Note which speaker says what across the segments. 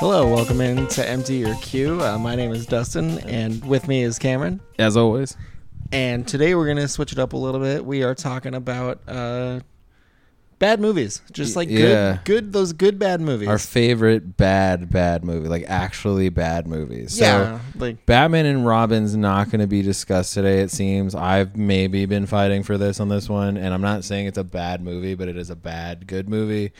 Speaker 1: Hello, welcome in to Empty Your Queue. Uh, my name is Dustin, and with me is Cameron.
Speaker 2: As always.
Speaker 1: And today we're gonna switch it up a little bit. We are talking about uh, bad movies, just like good,
Speaker 2: Yeah.
Speaker 1: good those good bad movies.
Speaker 2: Our favorite bad, bad movie. Like actually bad movies. So
Speaker 1: yeah, like
Speaker 2: Batman and Robin's not gonna be discussed today, it seems. I've maybe been fighting for this on this one, and I'm not saying it's a bad movie, but it is a bad good movie.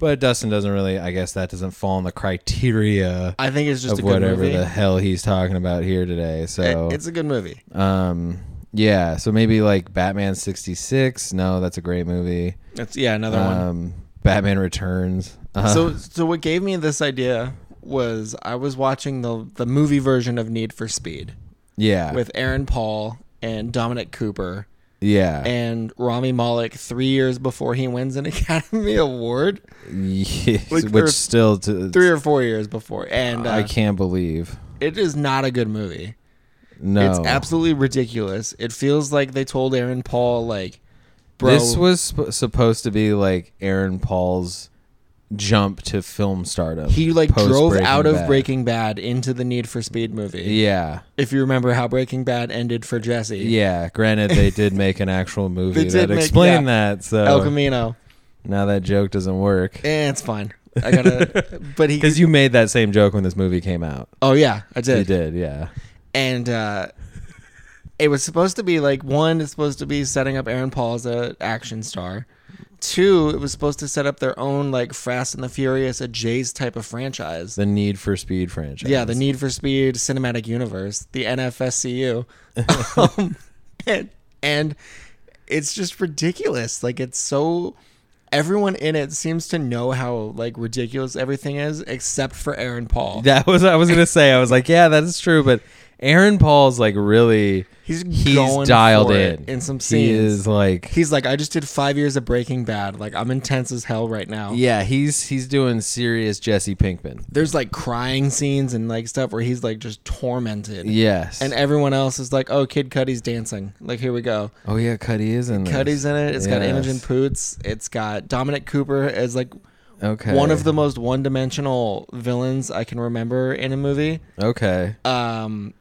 Speaker 2: But Dustin doesn't really I guess that doesn't fall in the criteria
Speaker 1: I think it's just
Speaker 2: of
Speaker 1: a good
Speaker 2: whatever
Speaker 1: movie.
Speaker 2: the hell he's talking about here today. So
Speaker 1: It- it's a good movie.
Speaker 2: um yeah, so maybe like Batman sixty six. No, that's a great movie.
Speaker 1: It's yeah, another one.
Speaker 2: Um, Batman Returns. Uh,
Speaker 1: so so what gave me this idea was I was watching the the movie version of Need for Speed
Speaker 2: yeah,
Speaker 1: with Aaron Paul and Dominic Cooper
Speaker 2: yeah,
Speaker 1: and Rami Malek 3 years before he wins an Academy Award,
Speaker 2: Yes,
Speaker 1: like,
Speaker 2: which
Speaker 1: or
Speaker 2: still to,
Speaker 1: 3 or 4 years before. And
Speaker 2: I
Speaker 1: uh,
Speaker 2: can't believe.
Speaker 1: it is not a good movie.
Speaker 2: No,
Speaker 1: It's absolutely ridiculous. It feels like they told Aaron Paul like bro
Speaker 2: This was sp- supposed to be like Aaron Paul's jump to film stardom.
Speaker 1: he like
Speaker 2: post
Speaker 1: drove
Speaker 2: Breaking
Speaker 1: out of
Speaker 2: Bad.
Speaker 1: Breaking Bad into the Need for Speed movie.
Speaker 2: Yeah,
Speaker 1: If you remember how Breaking Bad ended for Jesse.
Speaker 2: yeah. Granted, they did make an actual movie
Speaker 1: did
Speaker 2: that
Speaker 1: make-
Speaker 2: explained that. So
Speaker 1: El Camino.
Speaker 2: now that joke doesn't work
Speaker 1: Eh, it's fine. I gotta. but he.
Speaker 2: because you made that same joke when this movie came out.
Speaker 1: Oh yeah, I
Speaker 2: You
Speaker 1: did.
Speaker 2: did, yeah.
Speaker 1: And uh, it was supposed to be like one. It's supposed to be setting up Aaron Paul as an action star. Two, it was supposed to set up their own like Fast and the Furious, a Jays type of franchise.
Speaker 2: The Need for Speed franchise.
Speaker 1: Yeah, the Need for Speed cinematic universe, the NFSCU, um, and, and it's just ridiculous. Like it's so everyone in it seems to know how like ridiculous everything is, except for Aaron Paul.
Speaker 2: That was I was gonna say. I was like, yeah, that is true. But Aaron Paul's like really
Speaker 1: He's
Speaker 2: he's
Speaker 1: going
Speaker 2: dialed
Speaker 1: for it
Speaker 2: in
Speaker 1: in some
Speaker 2: He
Speaker 1: scenes.
Speaker 2: is like
Speaker 1: He's like, I just did five years of Breaking Bad. Like I'm intense as hell right now.
Speaker 2: yeah, he's he's doing serious Jesse Pinkman.
Speaker 1: There's like crying scenes and like stuff where he's like just tormented.
Speaker 2: Yes.
Speaker 1: And everyone else is like, oh, Kid Cudi's dancing. Like, here we go.
Speaker 2: oh yeah, Cuddy is in. this.
Speaker 1: Cuddy's in it. It's got
Speaker 2: Yes.
Speaker 1: Imogen Poots. It's got Dominic Cooper as like
Speaker 2: Okay.
Speaker 1: one of the most one-dimensional villains I can remember in a movie.
Speaker 2: Okay.
Speaker 1: Um,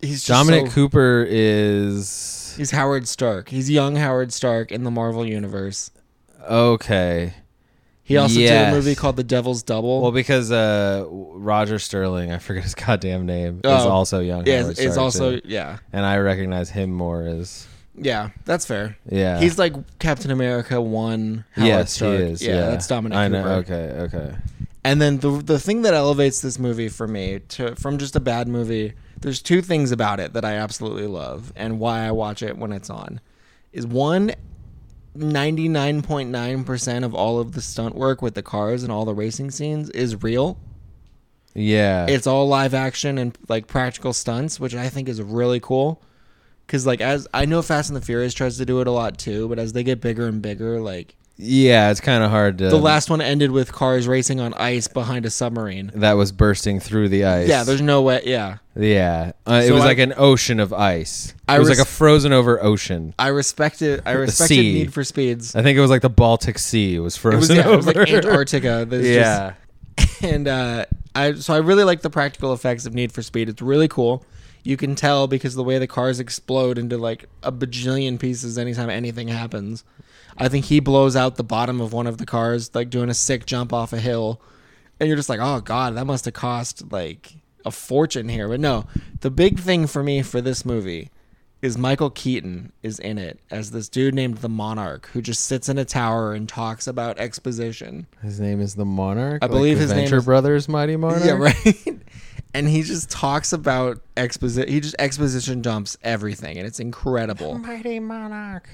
Speaker 1: he's just
Speaker 2: Dominic
Speaker 1: so-
Speaker 2: Cooper is
Speaker 1: He's Howard Stark. He's young Howard Stark in the Marvel universe.
Speaker 2: okay.
Speaker 1: He also did
Speaker 2: Yes.
Speaker 1: a movie called The Devil's Double.
Speaker 2: Well, because uh, Roger Sterling, I forget his goddamn name, is
Speaker 1: Oh.
Speaker 2: also young.
Speaker 1: yeah,
Speaker 2: Howard
Speaker 1: it's, it's
Speaker 2: Stark,
Speaker 1: also
Speaker 2: too.
Speaker 1: yeah,
Speaker 2: and I recognize him more as
Speaker 1: yeah. That's fair.
Speaker 2: yeah.
Speaker 1: He's like Captain America one. Howard
Speaker 2: yes,
Speaker 1: Stark.
Speaker 2: he is.
Speaker 1: Yeah, that's Dominic
Speaker 2: I
Speaker 1: Cooper.
Speaker 2: know. Okay. Okay.
Speaker 1: And then the the thing that elevates this movie for me to from just a bad movie, there's two things about it that I absolutely love and why I watch it when it's on. Is one 99.9% of all of the stunt work with the cars and all the racing scenes is real.
Speaker 2: Yeah.
Speaker 1: It's all live action and like practical stunts, which I think is really cool. Cuz like as I know Fast and the Furious tries to do it a lot too, but as they get bigger and bigger, like
Speaker 2: Yeah, it's kind of hard to.
Speaker 1: the last one ended with cars racing on ice behind a submarine.
Speaker 2: that was bursting through the ice.
Speaker 1: Yeah, there's no way. Yeah.
Speaker 2: yeah. Uh, it
Speaker 1: So
Speaker 2: was
Speaker 1: I-
Speaker 2: like an ocean of ice.
Speaker 1: I
Speaker 2: it was
Speaker 1: res-
Speaker 2: like a frozen over ocean.
Speaker 1: I respected I respected
Speaker 2: sea.
Speaker 1: Need for Speeds.
Speaker 2: I think it was like the Baltic Sea was
Speaker 1: It was,
Speaker 2: frozen
Speaker 1: yeah, it was
Speaker 2: over.
Speaker 1: like Antarctica. There's
Speaker 2: yeah,
Speaker 1: Just, and uh, I so I really like the practical effects of Need for Speed. It's really cool. You can tell because the way the cars explode into like a bajillion pieces anytime anything happens. I think he blows out the bottom of one of the cars, like doing a sick jump off a hill. And you're just like, oh god, that must have cost like a fortune here. But no, the big thing for me for this movie is Michael Keaton is in it as this dude named the Monarch who just sits in a tower and talks about exposition.
Speaker 2: his name is the Monarch.
Speaker 1: I believe his name
Speaker 2: Venture
Speaker 1: is-
Speaker 2: Brothers Mighty Monarch.
Speaker 1: Yeah, right. And he just talks about exposition. He just exposition dumps everything, and it's incredible.
Speaker 2: Mighty Monarch.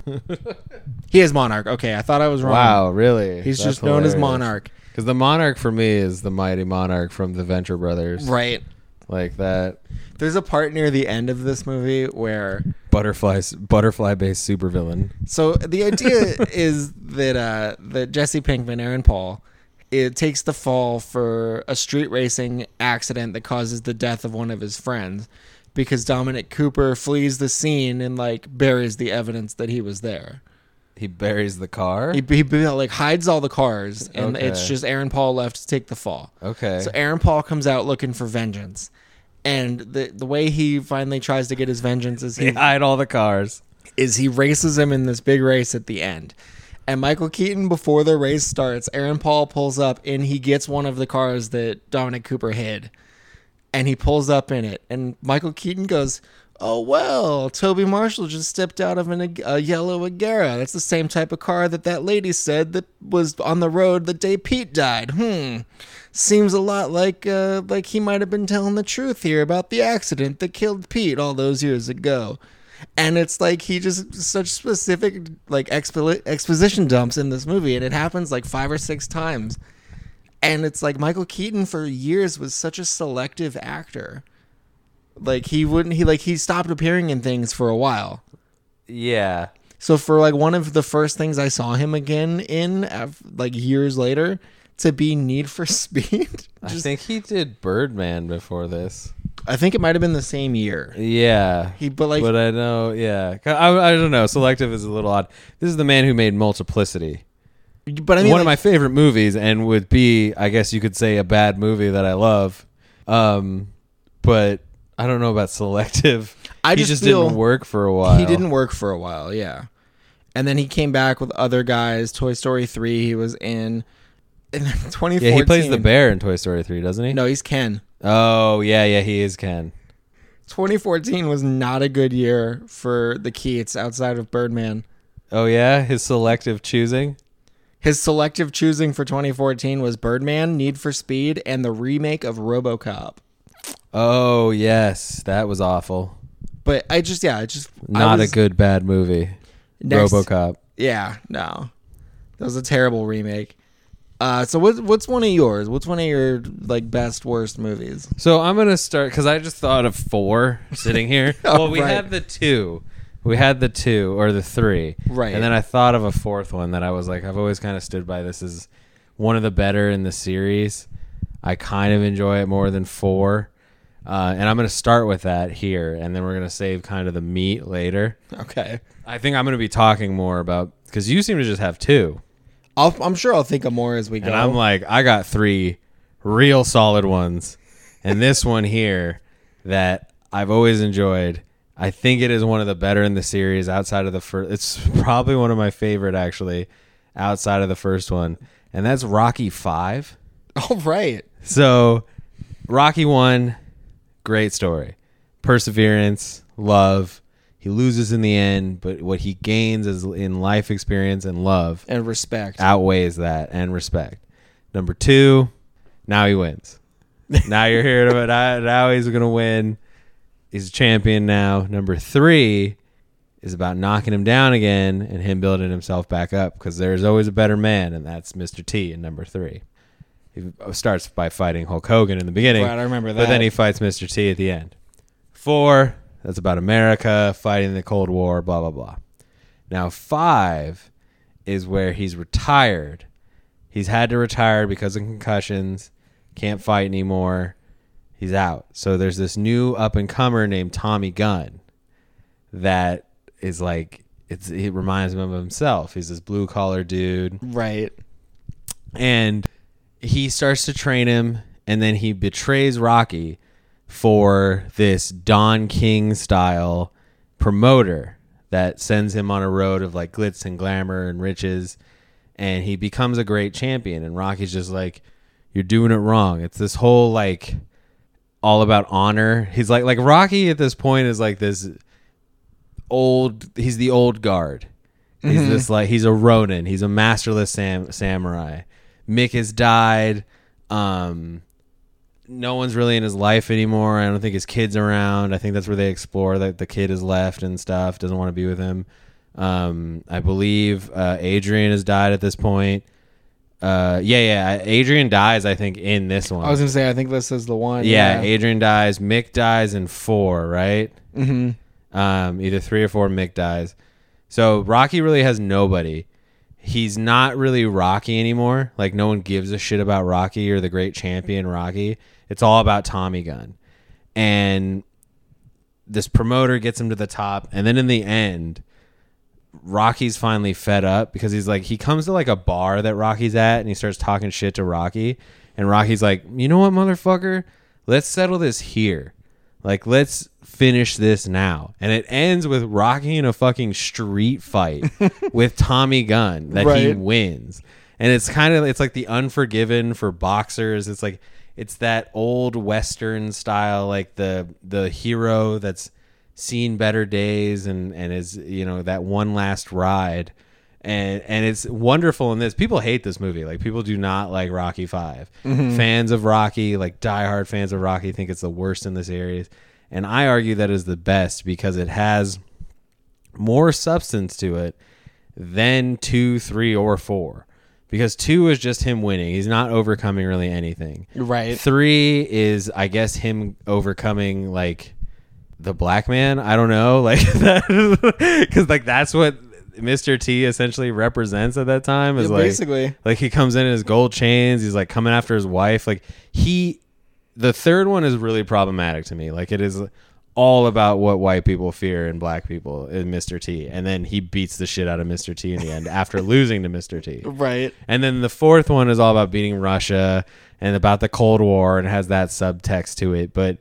Speaker 1: He is Monarch. Okay, I thought I was wrong.
Speaker 2: wow, really?
Speaker 1: He's just known as Monarch,
Speaker 2: Because the Monarch for me is the Mighty Monarch from the Venture Brothers.
Speaker 1: right?
Speaker 2: Like that
Speaker 1: There's a part near the end of this movie where
Speaker 2: butterfly butterfly based supervillain.
Speaker 1: So the idea is that uh, that Jesse Pinkman, Aaron Paul, it takes the fall for a street racing accident that causes the death of one of his friends, because Dominic Cooper flees the scene and like buries the evidence that he was there.
Speaker 2: He buries the car.
Speaker 1: He, he like hides all the cars, and
Speaker 2: Okay.
Speaker 1: it's just Aaron Paul left to take the fall.
Speaker 2: okay.
Speaker 1: So Aaron Paul comes out looking for vengeance, and the the way he finally tries to get his vengeance is he
Speaker 2: they hide all the cars.
Speaker 1: is he races him in this big race at the end. And Michael Keaton, before the race starts, Aaron Paul pulls up and he gets one of the cars that Dominic Cooper hid. And he pulls up in it. And Michael Keaton goes, Oh, well, Toby Marshall just stepped out of an, Ag- a yellow Agera. That's the same type of car that that lady said that was on the road the day Pete died. Hmm. Seems a lot like uh, like he might have been telling the truth here about the accident that killed Pete all those years ago and it's like he just such specific like expo- exposition dumps in this movie and it happens like five or six times and it's like michael keaton for years was such a selective actor like he wouldn't he like he stopped appearing in things for a while
Speaker 2: Yeah.
Speaker 1: so for like one of the first things i saw him again in af- like years later to be need for speed
Speaker 2: I
Speaker 1: just,
Speaker 2: think he did Birdman before this.
Speaker 1: i think it might have been the same year
Speaker 2: Yeah.
Speaker 1: he but like
Speaker 2: but I know, yeah. I, I don't know. Selective is a little odd. This is the man who made Multiplicity.
Speaker 1: but i mean
Speaker 2: uh, one
Speaker 1: like,
Speaker 2: of my favorite movies and would be i guess you could say a bad movie that i love um but i don't know about selective
Speaker 1: I
Speaker 2: he
Speaker 1: just
Speaker 2: just,
Speaker 1: feel
Speaker 2: didn't work for a while
Speaker 1: He didn't work for a while, yeah. And then he came back with other guys. Toy Story 3 he was in. And then 2014.
Speaker 2: yeah he plays the bear in toy story 3 doesn't he
Speaker 1: No, he's Ken.
Speaker 2: oh yeah yeah he is ken
Speaker 1: 2014 was not a good year for the Keats outside of Birdman.
Speaker 2: oh yeah his selective choosing
Speaker 1: His selective choosing for 2014 was Birdman, Need for Speed, and the remake of RoboCop.
Speaker 2: oh yes that was awful
Speaker 1: But I just, yeah, I just I
Speaker 2: not
Speaker 1: was-
Speaker 2: a good bad movie
Speaker 1: Next-
Speaker 2: robocop
Speaker 1: Yeah, no, that was a terrible remake. Uh, so what, what's one of yours? What's one of your like best worst movies?
Speaker 2: So I'm gonna start because I just thought of four sitting here.
Speaker 1: Oh,
Speaker 2: well, we
Speaker 1: right.
Speaker 2: had the two, we had the two or the three,
Speaker 1: Right.
Speaker 2: And then I thought of a fourth one that I was like, I've always kind of stood by this is one of the better in the series. I kind of enjoy it more than four, uh, and I'm gonna start with that here, and then we're gonna save kind of the meat later.
Speaker 1: Okay.
Speaker 2: I think I'm gonna be talking more about because you seem to just have two,
Speaker 1: I'll, I'm sure I'll think of more as we go.
Speaker 2: and I'm like, I got three real solid ones, and this one here that I've always enjoyed. I think it is one of the better in the series outside of the first. It's probably one of my favorite actually, outside of the first one, and that's Rocky Five.
Speaker 1: all right.
Speaker 2: So, Rocky One, great story, perseverance, love. He loses in the end, but what he gains is in life experience and love
Speaker 1: And respect.
Speaker 2: outweighs that and respect. Number two, now he wins. now you're here to now, now he's gonna win. He's a champion now. Number three is about knocking him down again and him building himself back up because there's always a better man, and that's Mr. T in number three. He starts by fighting Hulk Hogan in the beginning.
Speaker 1: Right, I remember that.
Speaker 2: But then he fights Mr. T at the end. Four, that's about America fighting the Cold War, blah, blah, blah. Now, five is where he's retired. He's had to retire because of concussions, can't fight anymore. He's out. So there's this new up and comer named Tommy Gunn that is like, it's, it reminds him of himself. He's this blue collar dude
Speaker 1: right.
Speaker 2: and he starts to train him and then he betrays rocky for this don king style promoter that sends him on a road of like glitz and glamour and riches and he becomes a great champion and rocky's just like you're doing it wrong it's this whole like all about honor he's like like rocky at this point is like this old he's the old guard he's this like he's a ronin he's a masterless sam- samurai mick has died um no one's really in his life anymore i don't think his kid's around i think that's where they explore that the kid is left and stuff doesn't want to be with him um i believe uh adrian has died at this point uh yeah yeah adrian dies i think in this one
Speaker 1: I was gonna say I think this is the one.
Speaker 2: yeah, Adrian dies. Mick dies in four, right? Mm-hmm. Um, either three or four. Mick dies. So Rocky really has nobody. He's not really Rocky anymore. Like no one gives a shit about Rocky or the great champion Rocky. It's all about Tommy Gunn, and this promoter gets him to the top, and then in the end, Rocky's finally fed up because he's like he comes to like a bar that Rocky's at and he starts talking shit to Rocky and Rocky's like, "You know what, motherfucker? Let's settle this here. Like let's finish this now." And it ends with Rocky in a fucking street fight with Tommy Gunn that he
Speaker 1: Right.
Speaker 2: wins. And it's kind of it's like the unforgiven for boxers. It's like it's that old western style like the the hero that's seen better days and and is you know that one last ride. And and it's wonderful in this. People hate this movie. Like people do not like Rocky 5. Fans of Rocky, like diehard fans of Rocky think it's the worst in the series. And I argue that is the best because it has more substance to it than two, three, or four. Because two is just him winning. He's not overcoming really anything.
Speaker 1: Right.
Speaker 2: Three is, I guess, him overcoming like the black man. I don't know, like that, because like that's what Mr. T essentially represents at that time. Is
Speaker 1: Yeah,
Speaker 2: like
Speaker 1: basically.
Speaker 2: like he comes in in his gold chains. He's like coming after his wife. Like he, the third one is really problematic to me. Like it is all about what white people fear and black people in Mr. T. And then he beats the shit out of Mr. T in the end after losing to Mr. T.
Speaker 1: Right.
Speaker 2: And then the fourth one is all about beating Russia and about the Cold War and has that subtext to it. But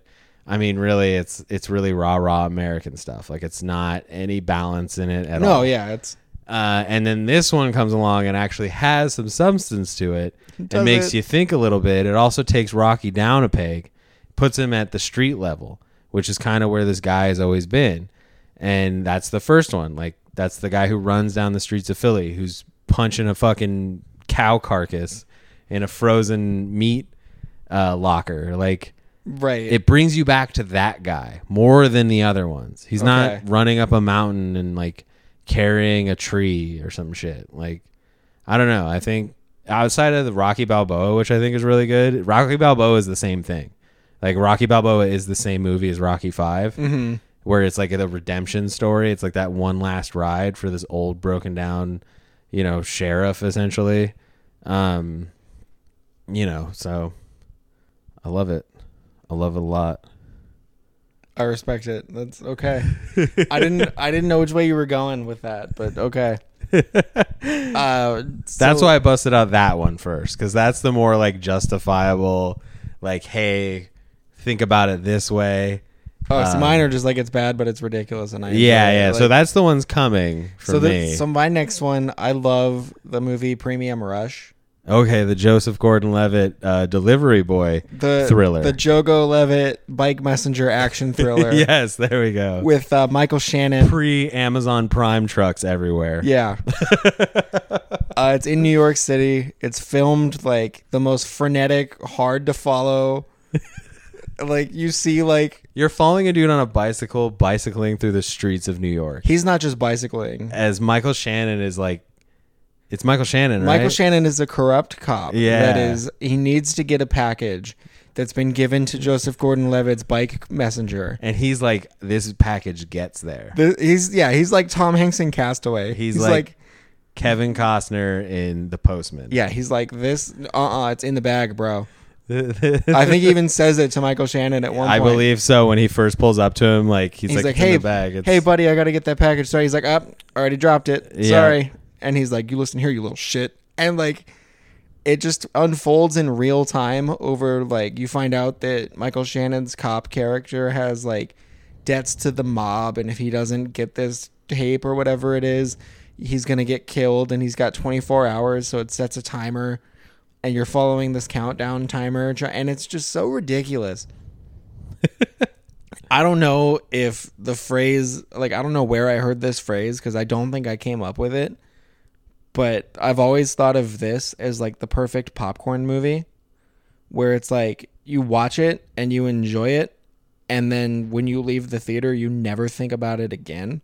Speaker 2: I mean, really, it's it's really rah rah American stuff. Like it's not any balance in it at all.
Speaker 1: No, yeah, it's
Speaker 2: Uh, and then this one comes along and actually has some substance to it. it
Speaker 1: Does
Speaker 2: makes
Speaker 1: it?
Speaker 2: you think a little bit. It also takes Rocky down a peg, puts him at the street level, which is kind of where this guy has always been. And that's the first one. Like, that's the guy who runs down the streets of Philly, who's punching a fucking cow carcass in a frozen meat uh, locker. Like,
Speaker 1: right.
Speaker 2: it brings you back to that guy more than the other ones. He's
Speaker 1: Okay.
Speaker 2: not running up a mountain and like carrying a tree or some shit. Like I don't know. I think outside of the Rocky Balboa, which I think is really good, Rocky Balboa is the same thing. Like Rocky Balboa is the same movie as Rocky 5 where it's like the redemption story. It's like that one last ride for this old broken down, you know, sheriff essentially. Um, you know, so I love it. I love it a lot.
Speaker 1: I respect it. That's okay. I didn't I didn't know which way you were going with that, but okay. Uh,
Speaker 2: That's
Speaker 1: so-
Speaker 2: why I busted out that one first, because that's the more like justifiable, like, hey, think about it this way.
Speaker 1: Oh, so
Speaker 2: um,
Speaker 1: mine are just like it's bad, but it's ridiculous, and I enjoy
Speaker 2: yeah,
Speaker 1: it.
Speaker 2: yeah.
Speaker 1: Like,
Speaker 2: so that's the one's coming for
Speaker 1: so the-
Speaker 2: me.
Speaker 1: so my next one, I love the movie Premium Rush,
Speaker 2: okay, the Joseph Gordon-Levitt uh, delivery boy
Speaker 1: the
Speaker 2: thriller.
Speaker 1: the Jogo Levitt bike messenger action thriller
Speaker 2: yes, there we go.
Speaker 1: with uh, Michael Shannon.
Speaker 2: Pre Amazon Prime trucks everywhere.
Speaker 1: Yeah. uh, it's in New York City. It's filmed like the most frenetic, hard to follow. like you see, like
Speaker 2: You're following a dude on a bicycle bicycling through the streets of New York.
Speaker 1: he's not just bicycling.
Speaker 2: As Michael Shannon is like, it's Michael Shannon, right?
Speaker 1: Michael Shannon is a corrupt cop.
Speaker 2: Yeah.
Speaker 1: That is, he needs to get a package that's been given to Joseph Gordon-Levitt's bike messenger.
Speaker 2: and he's like, this package gets there.
Speaker 1: The, he's yeah, he's like Tom Hanks in Castaway.
Speaker 2: He's like- Kevin Costner in The Postman.
Speaker 1: yeah, he's like this. Uh, uh it's in the bag, bro. I think he even says it to Michael Shannon at one
Speaker 2: I
Speaker 1: point.
Speaker 2: believe so. When he first pulls up to him, like he's,
Speaker 1: He's like,
Speaker 2: like, "It's in
Speaker 1: hey,
Speaker 2: the bag. It's-
Speaker 1: hey, buddy, I got to get that package. Sorry. He's like, up, already dropped it.
Speaker 2: Yeah.
Speaker 1: Sorry. And he's like, you listen here, you little shit. And like, it just unfolds in real time over like, you find out that Michael Shannon's cop character has like debts to the mob. And if he doesn't get this tape or whatever it is, he's going to get killed. And he's got 24 hours. So it sets a timer. And you're following this countdown timer. try- And it's just so ridiculous. I don't know if the phrase, like, I don't know where I heard this phrase because I don't think I came up with it. But I've always thought of this as like the perfect popcorn movie where it's like you watch it and you enjoy it. And then when you leave the theater, you never think about it again.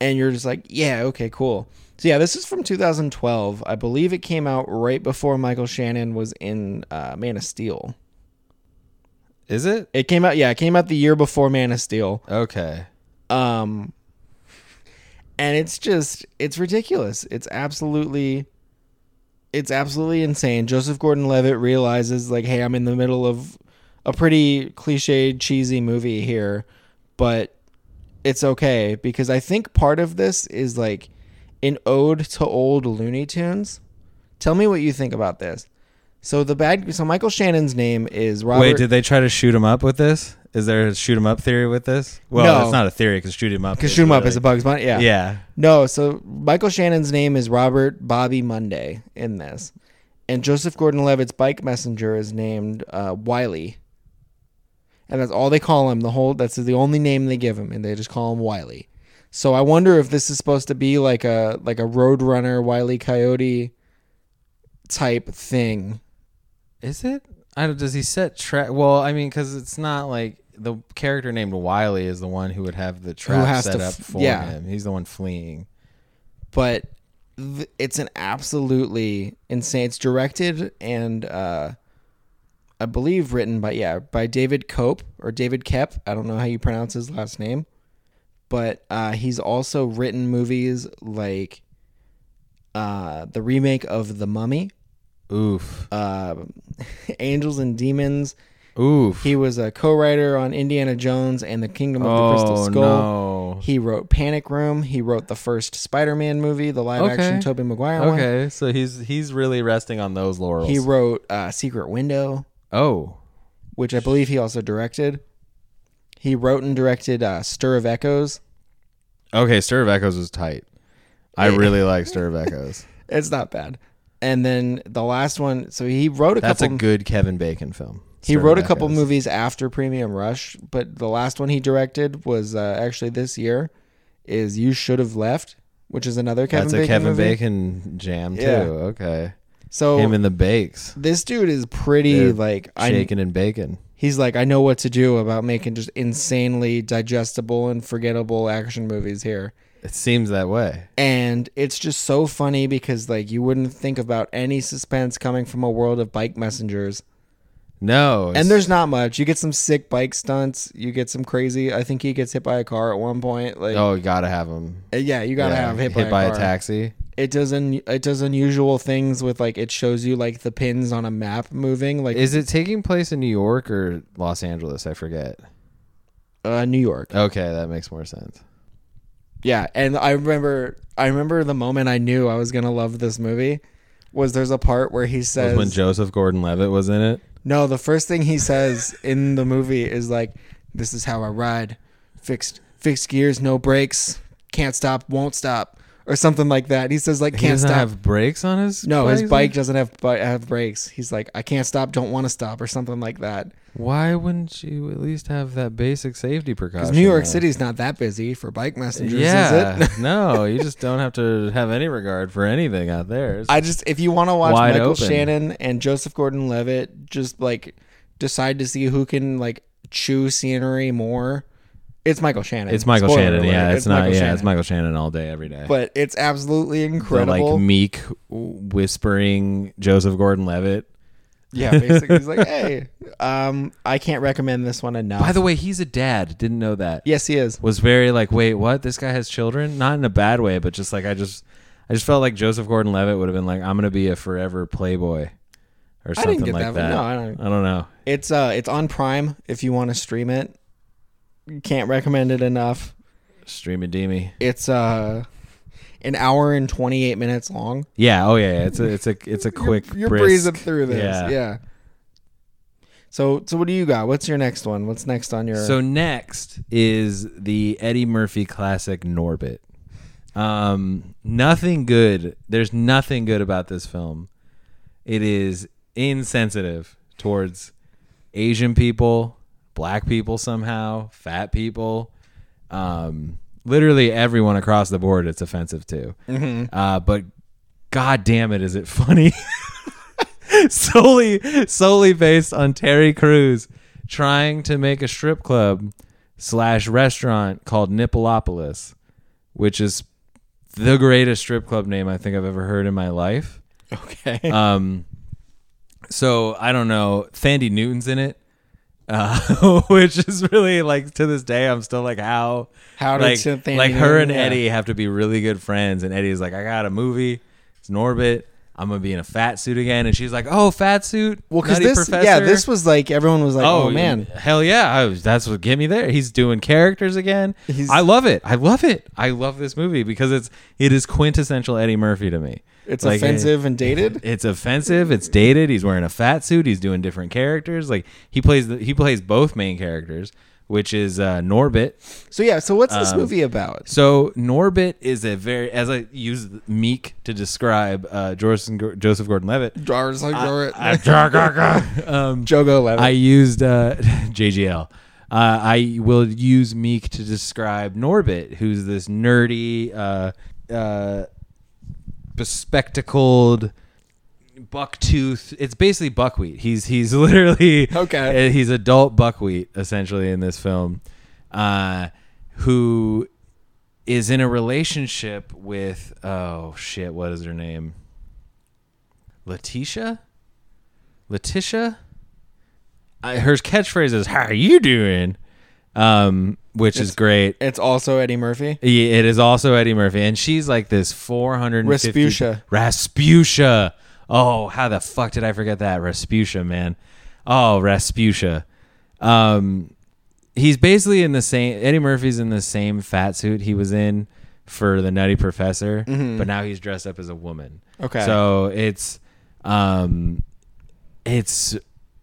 Speaker 1: And you're just like, yeah, okay, cool. So, yeah, this is from 2012. I believe it came out right before Michael Shannon was in uh, Man of Steel.
Speaker 2: Is it
Speaker 1: It came out, yeah, it came out the year before Man of Steel.
Speaker 2: okay?
Speaker 1: Um, and it's just, it's ridiculous. It's absolutely, it's absolutely insane. Joseph Gordon Levitt realizes, like, hey, I'm in the middle of a pretty cliched, cheesy movie here, but it's okay because I think part of this is like an ode to old Looney Tunes. Tell me what you think about this. So the bad so Michael Shannon's name is Robert
Speaker 2: Wait, did they try to shoot him up with this? Is there a shoot him up theory with this? Well,
Speaker 1: No.
Speaker 2: it's not a theory because shoot him up.
Speaker 1: Cause
Speaker 2: is
Speaker 1: shoot 'em up
Speaker 2: really-
Speaker 1: as a Bugs Bunny. Yeah.
Speaker 2: yeah.
Speaker 1: No, so Michael Shannon's name is Robert Bobby Monday in this, and Joseph Gordon-Levitt's bike messenger is named uh, Wiley, and that's all they call him. The whole that's the only name they give him, and they just call him Wiley. So I wonder if this is supposed to be like a like a Roadrunner Wiley Coyote type thing.
Speaker 2: Is it? I don't. Does he set trap? Well, I mean, because it's not like the character named Wiley is the one who would have the trap
Speaker 1: has
Speaker 2: set
Speaker 1: to
Speaker 2: up
Speaker 1: f-
Speaker 2: for
Speaker 1: yeah.
Speaker 2: him. He's the one fleeing.
Speaker 1: but th- it's an absolutely insane. It's directed and uh, I believe written by yeah by David Cope or David Kep. I don't know how you pronounce his last name, but uh, he's also written movies like uh, the remake of The Mummy,
Speaker 2: Oof.
Speaker 1: uh, Angels and Demons.
Speaker 2: Oof.
Speaker 1: He was a co-writer on Indiana Jones and the Kingdom of the Crystal
Speaker 2: oh
Speaker 1: Skull.
Speaker 2: no.
Speaker 1: He wrote Panic Room. He wrote the first Spider-Man movie, the live-action
Speaker 2: Okay.
Speaker 1: Tobey Maguire one.
Speaker 2: Okay, so he's he's really resting on those laurels.
Speaker 1: He wrote uh, Secret Window,
Speaker 2: oh,
Speaker 1: which I believe he also directed. He wrote and directed uh, Stir of Echoes.
Speaker 2: okay. Stir of Echoes was tight. I really like Stir of Echoes.
Speaker 1: It's not bad. And then the last one, so he wrote a
Speaker 2: That's a
Speaker 1: couple.
Speaker 2: good Kevin Bacon film.
Speaker 1: he
Speaker 2: Stir of
Speaker 1: wrote a couple
Speaker 2: Echoes.
Speaker 1: movies after Premium Rush, but the last one he directed was uh, actually this year. Is You Should Have Left, which is another Kevin
Speaker 2: That's
Speaker 1: Bacon
Speaker 2: a Kevin
Speaker 1: movie.
Speaker 2: Bacon jam too.
Speaker 1: Yeah.
Speaker 2: Okay,
Speaker 1: So
Speaker 2: him and the Bakes
Speaker 1: this dude is pretty
Speaker 2: They're
Speaker 1: like I,
Speaker 2: shaking and bacon.
Speaker 1: he's like I know what to do about making just insanely digestible and forgettable action movies here.
Speaker 2: It seems that way.
Speaker 1: and it's just so funny because like you wouldn't think about any suspense coming from a world of bike messengers
Speaker 2: No,
Speaker 1: and there's not much you get some sick bike stunts you get some crazy i think he gets hit by a car at one point like
Speaker 2: oh, you gotta have him.
Speaker 1: uh, yeah you gotta
Speaker 2: Yeah,
Speaker 1: have hit, by, a, car.
Speaker 2: taxi.
Speaker 1: it does un- it does unusual things with like it shows you like the pins on a map moving like
Speaker 2: Is it taking place in New York or Los Angeles? I forget.
Speaker 1: uh, new york
Speaker 2: Okay, that makes more sense.
Speaker 1: Yeah, and I remember I remember the moment I knew I was gonna love this movie was there's a part where he says
Speaker 2: when Joseph Gordon-Levitt was in it.
Speaker 1: No, the first thing he says in the movie is like, "This is how I ride, fixed fixed gears, no brakes, can't stop, won't stop," or something like that. He says like,
Speaker 2: he
Speaker 1: "Can't
Speaker 2: doesn't
Speaker 1: stop."
Speaker 2: have brakes on his.
Speaker 1: no, his
Speaker 2: bikes?
Speaker 1: bike doesn't have bi- have brakes. He's like, "I can't stop, don't want to stop," or something like that.
Speaker 2: Why wouldn't you at least have that basic safety
Speaker 1: Because
Speaker 2: precaution?
Speaker 1: New York
Speaker 2: though?
Speaker 1: City's not that busy for bike messengers,
Speaker 2: Yeah,
Speaker 1: is it?
Speaker 2: no, you just don't have to have any regard for anything out there. It's-
Speaker 1: I just if you want to watch
Speaker 2: Wide
Speaker 1: Michael
Speaker 2: open.
Speaker 1: Shannon and Joseph Gordon-Levitt just like decide to see who can like chew scenery more. It's Michael Shannon.
Speaker 2: it's Michael
Speaker 1: Spoiler
Speaker 2: Shannon.
Speaker 1: alert,
Speaker 2: Yeah, it's, not.
Speaker 1: Michael
Speaker 2: yeah,
Speaker 1: Shannon.
Speaker 2: it's Michael Shannon all day, every day.
Speaker 1: But it's absolutely
Speaker 2: the,
Speaker 1: incredible.
Speaker 2: like meek, whispering Joseph Gordon-Levitt.
Speaker 1: yeah, basically he's like, "Hey, um, I can't recommend this one enough."
Speaker 2: By the way, he's a dad. Didn't know that.
Speaker 1: yes, he is.
Speaker 2: was very like, wait, what? This guy has children? Not in a bad way, but just like I just, I just felt like Joseph Gordon-Levitt would have been like, I'm gonna be a forever playboy, or something
Speaker 1: get
Speaker 2: like
Speaker 1: that
Speaker 2: that.
Speaker 1: one. No, I don't-
Speaker 2: I don't know.
Speaker 1: It's uh, it's on Prime if you want to stream it. Can't recommend it enough.
Speaker 2: Stream and Demi.
Speaker 1: It's uh, an hour and twenty eight minutes long.
Speaker 2: Yeah. Oh yeah. yeah. It's a it's a it's a quick.
Speaker 1: You're
Speaker 2: brisk-
Speaker 1: breezing through this.
Speaker 2: Yeah.
Speaker 1: Yeah. So so what do you got? What's your next one? What's next on your
Speaker 2: So next is the Eddie Murphy classic Norbit. Um, nothing good. There's nothing good about this film. It is insensitive towards Asian people, black people somehow, fat people. Um, literally everyone across the board it's offensive to. Uh, but god damn it is it funny. solely solely based on Terry Crews trying to make a strip club slash restaurant called Nippolopolis, which is the greatest strip club name I think I've ever heard in my life.
Speaker 1: Okay.
Speaker 2: Um, so I don't know. Thandi Newton's in it, uh, which is really like to this day I'm still like how
Speaker 1: How did
Speaker 2: like
Speaker 1: Tim Thandi
Speaker 2: like her
Speaker 1: Newton-
Speaker 2: and
Speaker 1: yeah.
Speaker 2: Eddie have to be really good friends, and Eddie's like I got a movie. It's Norbit. I'm gonna be in a fat suit again, and she's like, "Oh, fat suit."
Speaker 1: Well, because
Speaker 2: Nutty
Speaker 1: this,
Speaker 2: professor.
Speaker 1: yeah, this was like everyone was like, "Oh, man,
Speaker 2: hell yeah! I was, that's what get me there. He's doing characters again.
Speaker 1: He's-
Speaker 2: I love it. I love it. I love this movie because it's it is quintessential Eddie Murphy to me.
Speaker 1: it's
Speaker 2: Like,
Speaker 1: offensive and
Speaker 2: it-
Speaker 1: dated."
Speaker 2: it's offensive. It's dated. He's wearing a fat suit. He's doing different characters. Like he plays the, he plays both main characters, which is uh, Norbit
Speaker 1: So yeah, so what's this
Speaker 2: Um,
Speaker 1: movie about?
Speaker 2: so Norbit is a very, as I use meek to describe uh, Joseph, Joseph Gordon-Levitt.
Speaker 1: Jars like
Speaker 2: I, I- um,
Speaker 1: Jogo
Speaker 2: I
Speaker 1: Levin.
Speaker 2: used uh, JGL. Uh, I will use meek to describe Norbit, who's this nerdy, uh, uh, bespectacled bucktooth. It's basically buckwheat. He's he's literally
Speaker 1: Okay.
Speaker 2: uh, He's adult buckwheat essentially in this film, uh, who is in a relationship with oh shit, what is her name? Letitia. Letitia. I, her catchphrase is "How are you doing?" Um, which is great.
Speaker 1: It's also Eddie Murphy.
Speaker 2: Yeah, it is also Eddie Murphy, and she's like this 450
Speaker 1: Rasputia.
Speaker 2: Rasputia. Oh, how the fuck did I forget that Rasputia, man? Oh, Rasputia. Um, he's basically in the same. Eddie Murphy's in the same fat suit he was in for the Nutty Professor, but now he's dressed up as a woman.
Speaker 1: Okay.
Speaker 2: so it's um, it's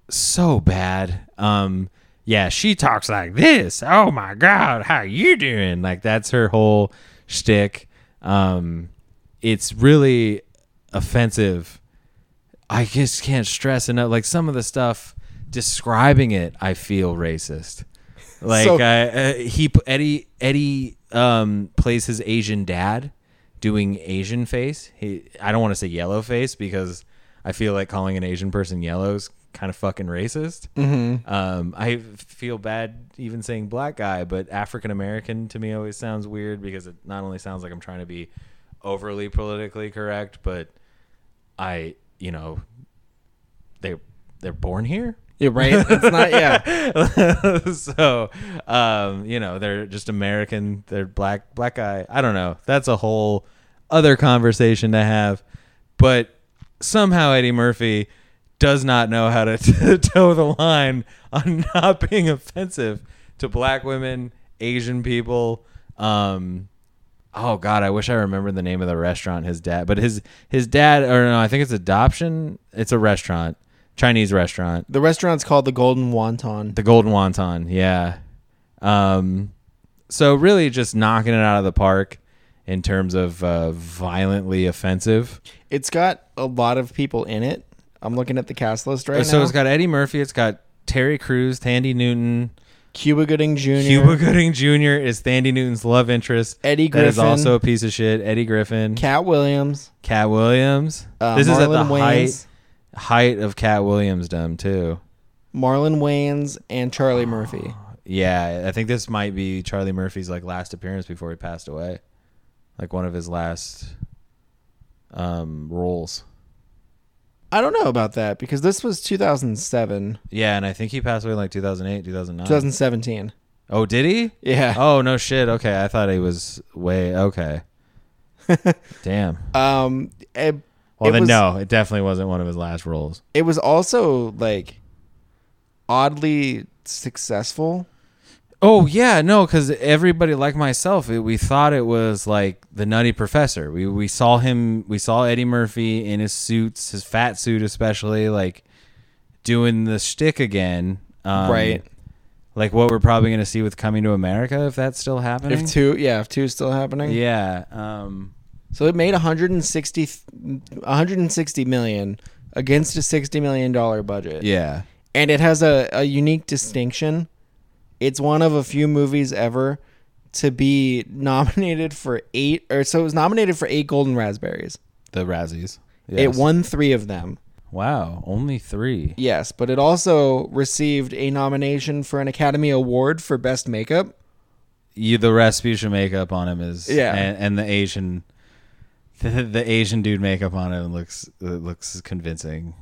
Speaker 2: so bad. Um, yeah, she talks like this. Oh my god, how you doing? Like that's her whole shtick. Um, it's really offensive. I just can't stress enough. Like some of the stuff describing it, I feel racist. Like
Speaker 1: So-
Speaker 2: I, uh, he Eddie Eddie um, plays his Asian dad doing Asian face. He I don't want to say yellow face because I feel like calling an Asian person yellow is kind of fucking racist. Um, I feel bad even saying black guy, but African American to me always sounds weird because it not only sounds like I'm trying to be overly politically correct, but I you know they they're born here.
Speaker 1: You're right. It's not. Yeah.
Speaker 2: so um, you know they're just American. They're black black guy. I don't know. That's a whole other conversation to have. But somehow Eddie Murphy does not know how to toe the line on not being offensive to black women, Asian people. Um, oh God, I wish I remembered the name of the restaurant his dad. But his his dad, or no, I think it's adoption. It's a restaurant, Chinese restaurant.
Speaker 1: The restaurant's called the Golden Wonton.
Speaker 2: The golden wonton, yeah. Um, so really, just knocking it out of the park in terms of uh, violently offensive.
Speaker 1: It's got a lot of people in it. I'm looking at the cast list right
Speaker 2: so
Speaker 1: now.
Speaker 2: it's got Eddie Murphy, it's got Terry Crews, Tandy Newton,
Speaker 1: Cuba Gooding Jr.
Speaker 2: Cuba Gooding Jr. is Tandy Newton's love interest.
Speaker 1: Eddie
Speaker 2: That is
Speaker 1: Griffin.
Speaker 2: also a piece of shit. Eddie Griffin, Cat,
Speaker 1: Cat Williams.
Speaker 2: Williams.
Speaker 1: Uh,
Speaker 2: this is at the
Speaker 1: Marlon Wayans.
Speaker 2: height height of Cat Williams dumb too.
Speaker 1: Marlon Wayans and
Speaker 2: Ah.
Speaker 1: Charlie Murphy.
Speaker 2: Yeah, I think this might be Charlie Murphy's like last appearance before he passed away. Like one of his last um roles.
Speaker 1: I don't know about that because this was 2007,
Speaker 2: Yeah, and I think he passed away in like 2008, 2009.
Speaker 1: 2017.
Speaker 2: Oh, did he?
Speaker 1: Yeah.
Speaker 2: Oh, no shit. Okay, I thought he was way okay. Damn.
Speaker 1: Um. It,
Speaker 2: Oh. Well,
Speaker 1: it
Speaker 2: then
Speaker 1: was,
Speaker 2: no, it definitely wasn't one of his last roles.
Speaker 1: It was also like oddly successful.
Speaker 2: Oh yeah, no, because everybody like myself, it, we thought it was like the Nutty Professor. We we saw him, we saw Eddie Murphy in his suits, his fat suit especially, like doing the shtick again, um,
Speaker 1: Right.
Speaker 2: Like what we're probably gonna see with Coming to America if that's still happening.
Speaker 1: If two, yeah, if two is still happening.
Speaker 2: yeah, um,
Speaker 1: So it made 160 160 million against a 60 million dollar budget.
Speaker 2: yeah,
Speaker 1: And it has a, a unique distinction. It's one of a few movies ever to be nominated for 8 or so it was nominated for 8 golden raspberries.
Speaker 2: the Razzies.
Speaker 1: It won 3 of them.
Speaker 2: Wow, only three.
Speaker 1: Yes, but it also received a nomination for an Academy Award for best makeup.
Speaker 2: you the Rasputia makeup on him is
Speaker 1: Yeah.
Speaker 2: and, and the Asian the, the Asian dude makeup on him looks uh, looks convincing.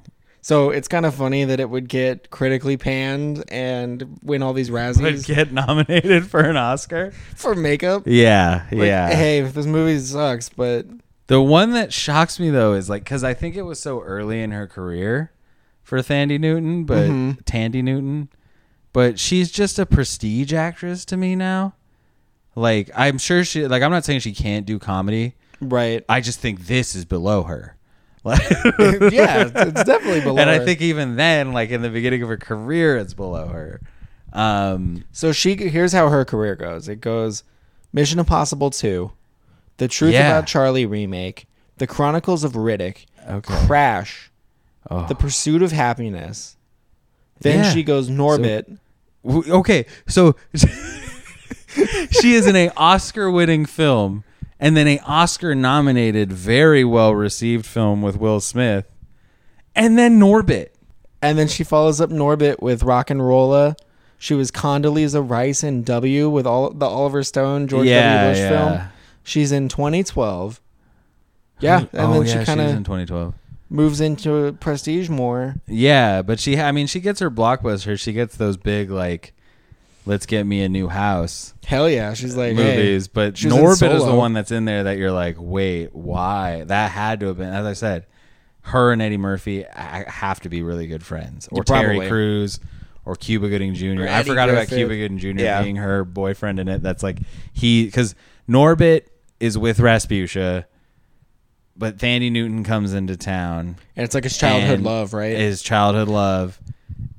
Speaker 1: So it's kind of funny that it would get critically panned and win all these Razzies
Speaker 2: Would get nominated for an Oscar.
Speaker 1: for makeup.
Speaker 2: Yeah,
Speaker 1: Like,
Speaker 2: yeah.
Speaker 1: Hey, this movie sucks, but
Speaker 2: The one that shocks me though is like because I think it was so early in her career for Thandie Newton, but Tandy Newton, but she's just a prestige actress to me now. Like I'm sure she like I'm not saying she can't do comedy.
Speaker 1: Right.
Speaker 2: I just think this is below her. Like,
Speaker 1: yeah, it's- it's definitely below.
Speaker 2: and I
Speaker 1: her.
Speaker 2: think even then, like in the beginning of her career, it's below her. Um,
Speaker 1: so. She here's how her career goes. It goes Mission Impossible Two, The Truth
Speaker 2: Yeah.
Speaker 1: About Charlie remake, The Chronicles of Riddick,
Speaker 2: Okay.
Speaker 1: Crash,
Speaker 2: Oh.
Speaker 1: The Pursuit of Happiness. Then
Speaker 2: Yeah.
Speaker 1: she goes Norbit.
Speaker 2: W- okay, so she is in a Oscar-winning film, and then a Oscar-nominated, very well-received film with Will Smith, and then Norbit.
Speaker 1: And then she follows up Norbit with Rock and Rolla. She was Condoleezza Rice in W with all the Oliver Stone George
Speaker 2: Yeah,
Speaker 1: W. Bush
Speaker 2: yeah.
Speaker 1: film. She's in 2012. Yeah, and
Speaker 2: oh
Speaker 1: then
Speaker 2: yeah,
Speaker 1: she kind
Speaker 2: was in
Speaker 1: of
Speaker 2: 2012.
Speaker 1: moves into prestige more.
Speaker 2: Yeah, but she, I mean, she gets her blockbuster. She gets those big like, let's get me a new house
Speaker 1: Hell yeah, she's like hey.
Speaker 2: movies. but
Speaker 1: she was in
Speaker 2: Norbit is the
Speaker 1: Solo.
Speaker 2: one that's in there that you're like, wait, why? That had to have been, as I said, her and Eddie Murphy a- have to be really good friends, or Terry
Speaker 1: Probably.
Speaker 2: Crews, or Cuba Gooding Jr. I
Speaker 1: Eddie
Speaker 2: forgot about
Speaker 1: Griffith.
Speaker 2: Cuba Gooding Jr.
Speaker 1: Yeah.
Speaker 2: being her boyfriend in it. That's like he because Norbit is with Rasputia, but Thandi Newton comes into town
Speaker 1: and it's like his childhood
Speaker 2: and
Speaker 1: love, right?
Speaker 2: His childhood love,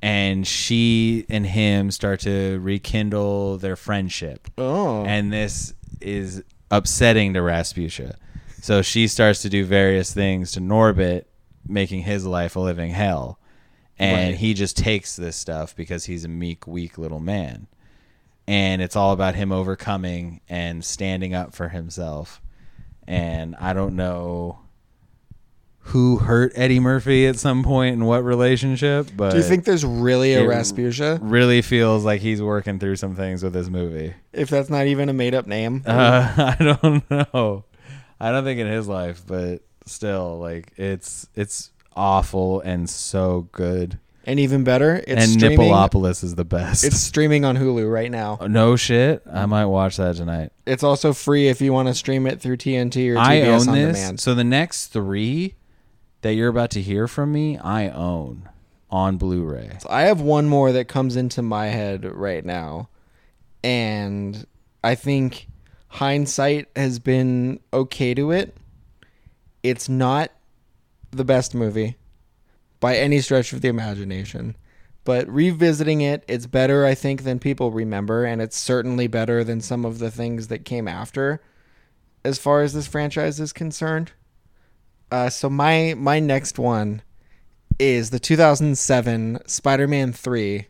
Speaker 2: and she and him start to rekindle their friendship,
Speaker 1: oh,
Speaker 2: and this is upsetting to Rasputia. So she starts to do various things to Norbit, making his life a living hell, and
Speaker 1: Right.
Speaker 2: he just takes this stuff because he's a meek, weak little man, and it's all about him overcoming and standing up for himself. And I don't know who hurt Eddie Murphy at some point in what relationship, but
Speaker 1: do you think there's really a
Speaker 2: uh, it-
Speaker 1: Rasputia?
Speaker 2: really feels like he's working through some things with this movie.
Speaker 1: If that's not even a made up name,
Speaker 2: Uh, I don't know. I don't think in his life, but still, like it's it's awful and so good.
Speaker 1: and even better, it's
Speaker 2: and
Speaker 1: streaming.
Speaker 2: Nippolopolis is the best.
Speaker 1: It's streaming on Hulu right now.
Speaker 2: no shit. I might watch that tonight.
Speaker 1: It's also free if you want to stream it through TNT or TBS
Speaker 2: I own
Speaker 1: on
Speaker 2: this.
Speaker 1: demand.
Speaker 2: So the next three that you're about to hear from me, I own on Blu-ray.
Speaker 1: I have one more that comes into my head right now, and I think hindsight has been okay to it. It's not the best movie by any stretch of the imagination, but revisiting it, it's better, I think, than people remember, and it's certainly better than some of the things that came after as far as this franchise is concerned. Uh, so my my next one is the 2007 Spider-Man 3.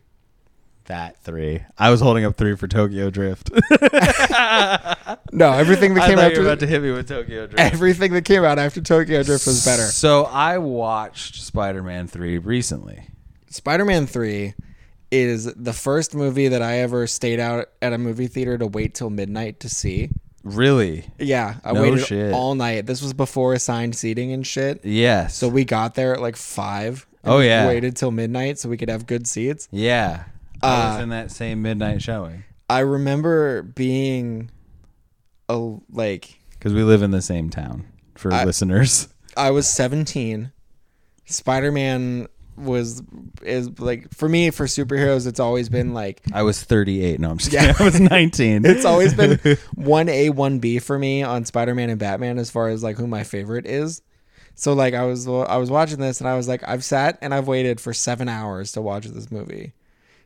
Speaker 2: That three. I was holding up three for Tokyo Drift.
Speaker 1: No, everything that
Speaker 2: I
Speaker 1: came
Speaker 2: thought you
Speaker 1: after
Speaker 2: were about to hit me with Tokyo Drift.
Speaker 1: everything that came out after Tokyo Drift was better.
Speaker 2: So I watched Spider-Man three recently.
Speaker 1: Spider-Man 3 is the first movie that I ever stayed out at a movie theater to wait till midnight to see.
Speaker 2: Really?
Speaker 1: Yeah, I
Speaker 2: No
Speaker 1: waited
Speaker 2: shit.
Speaker 1: all night. This was before assigned seating and shit.
Speaker 2: Yes.
Speaker 1: So we got there at like 5. and
Speaker 2: Oh, yeah.
Speaker 1: Waited till midnight so we could have good seats.
Speaker 2: yeah. I was in that same midnight showing
Speaker 1: I remember being a like
Speaker 2: because we live in the same town for listeners.
Speaker 1: I was 17. Spider Man was is like for me for superheroes it's always been like
Speaker 2: I was 38. No, I'm just kidding. I was 19.
Speaker 1: it's always been 1A 1B for me on Spider-Man and Batman as far as like who my favorite is. So like I was I was watching this and I was like I've sat and I've waited for 7 hours to watch this movie.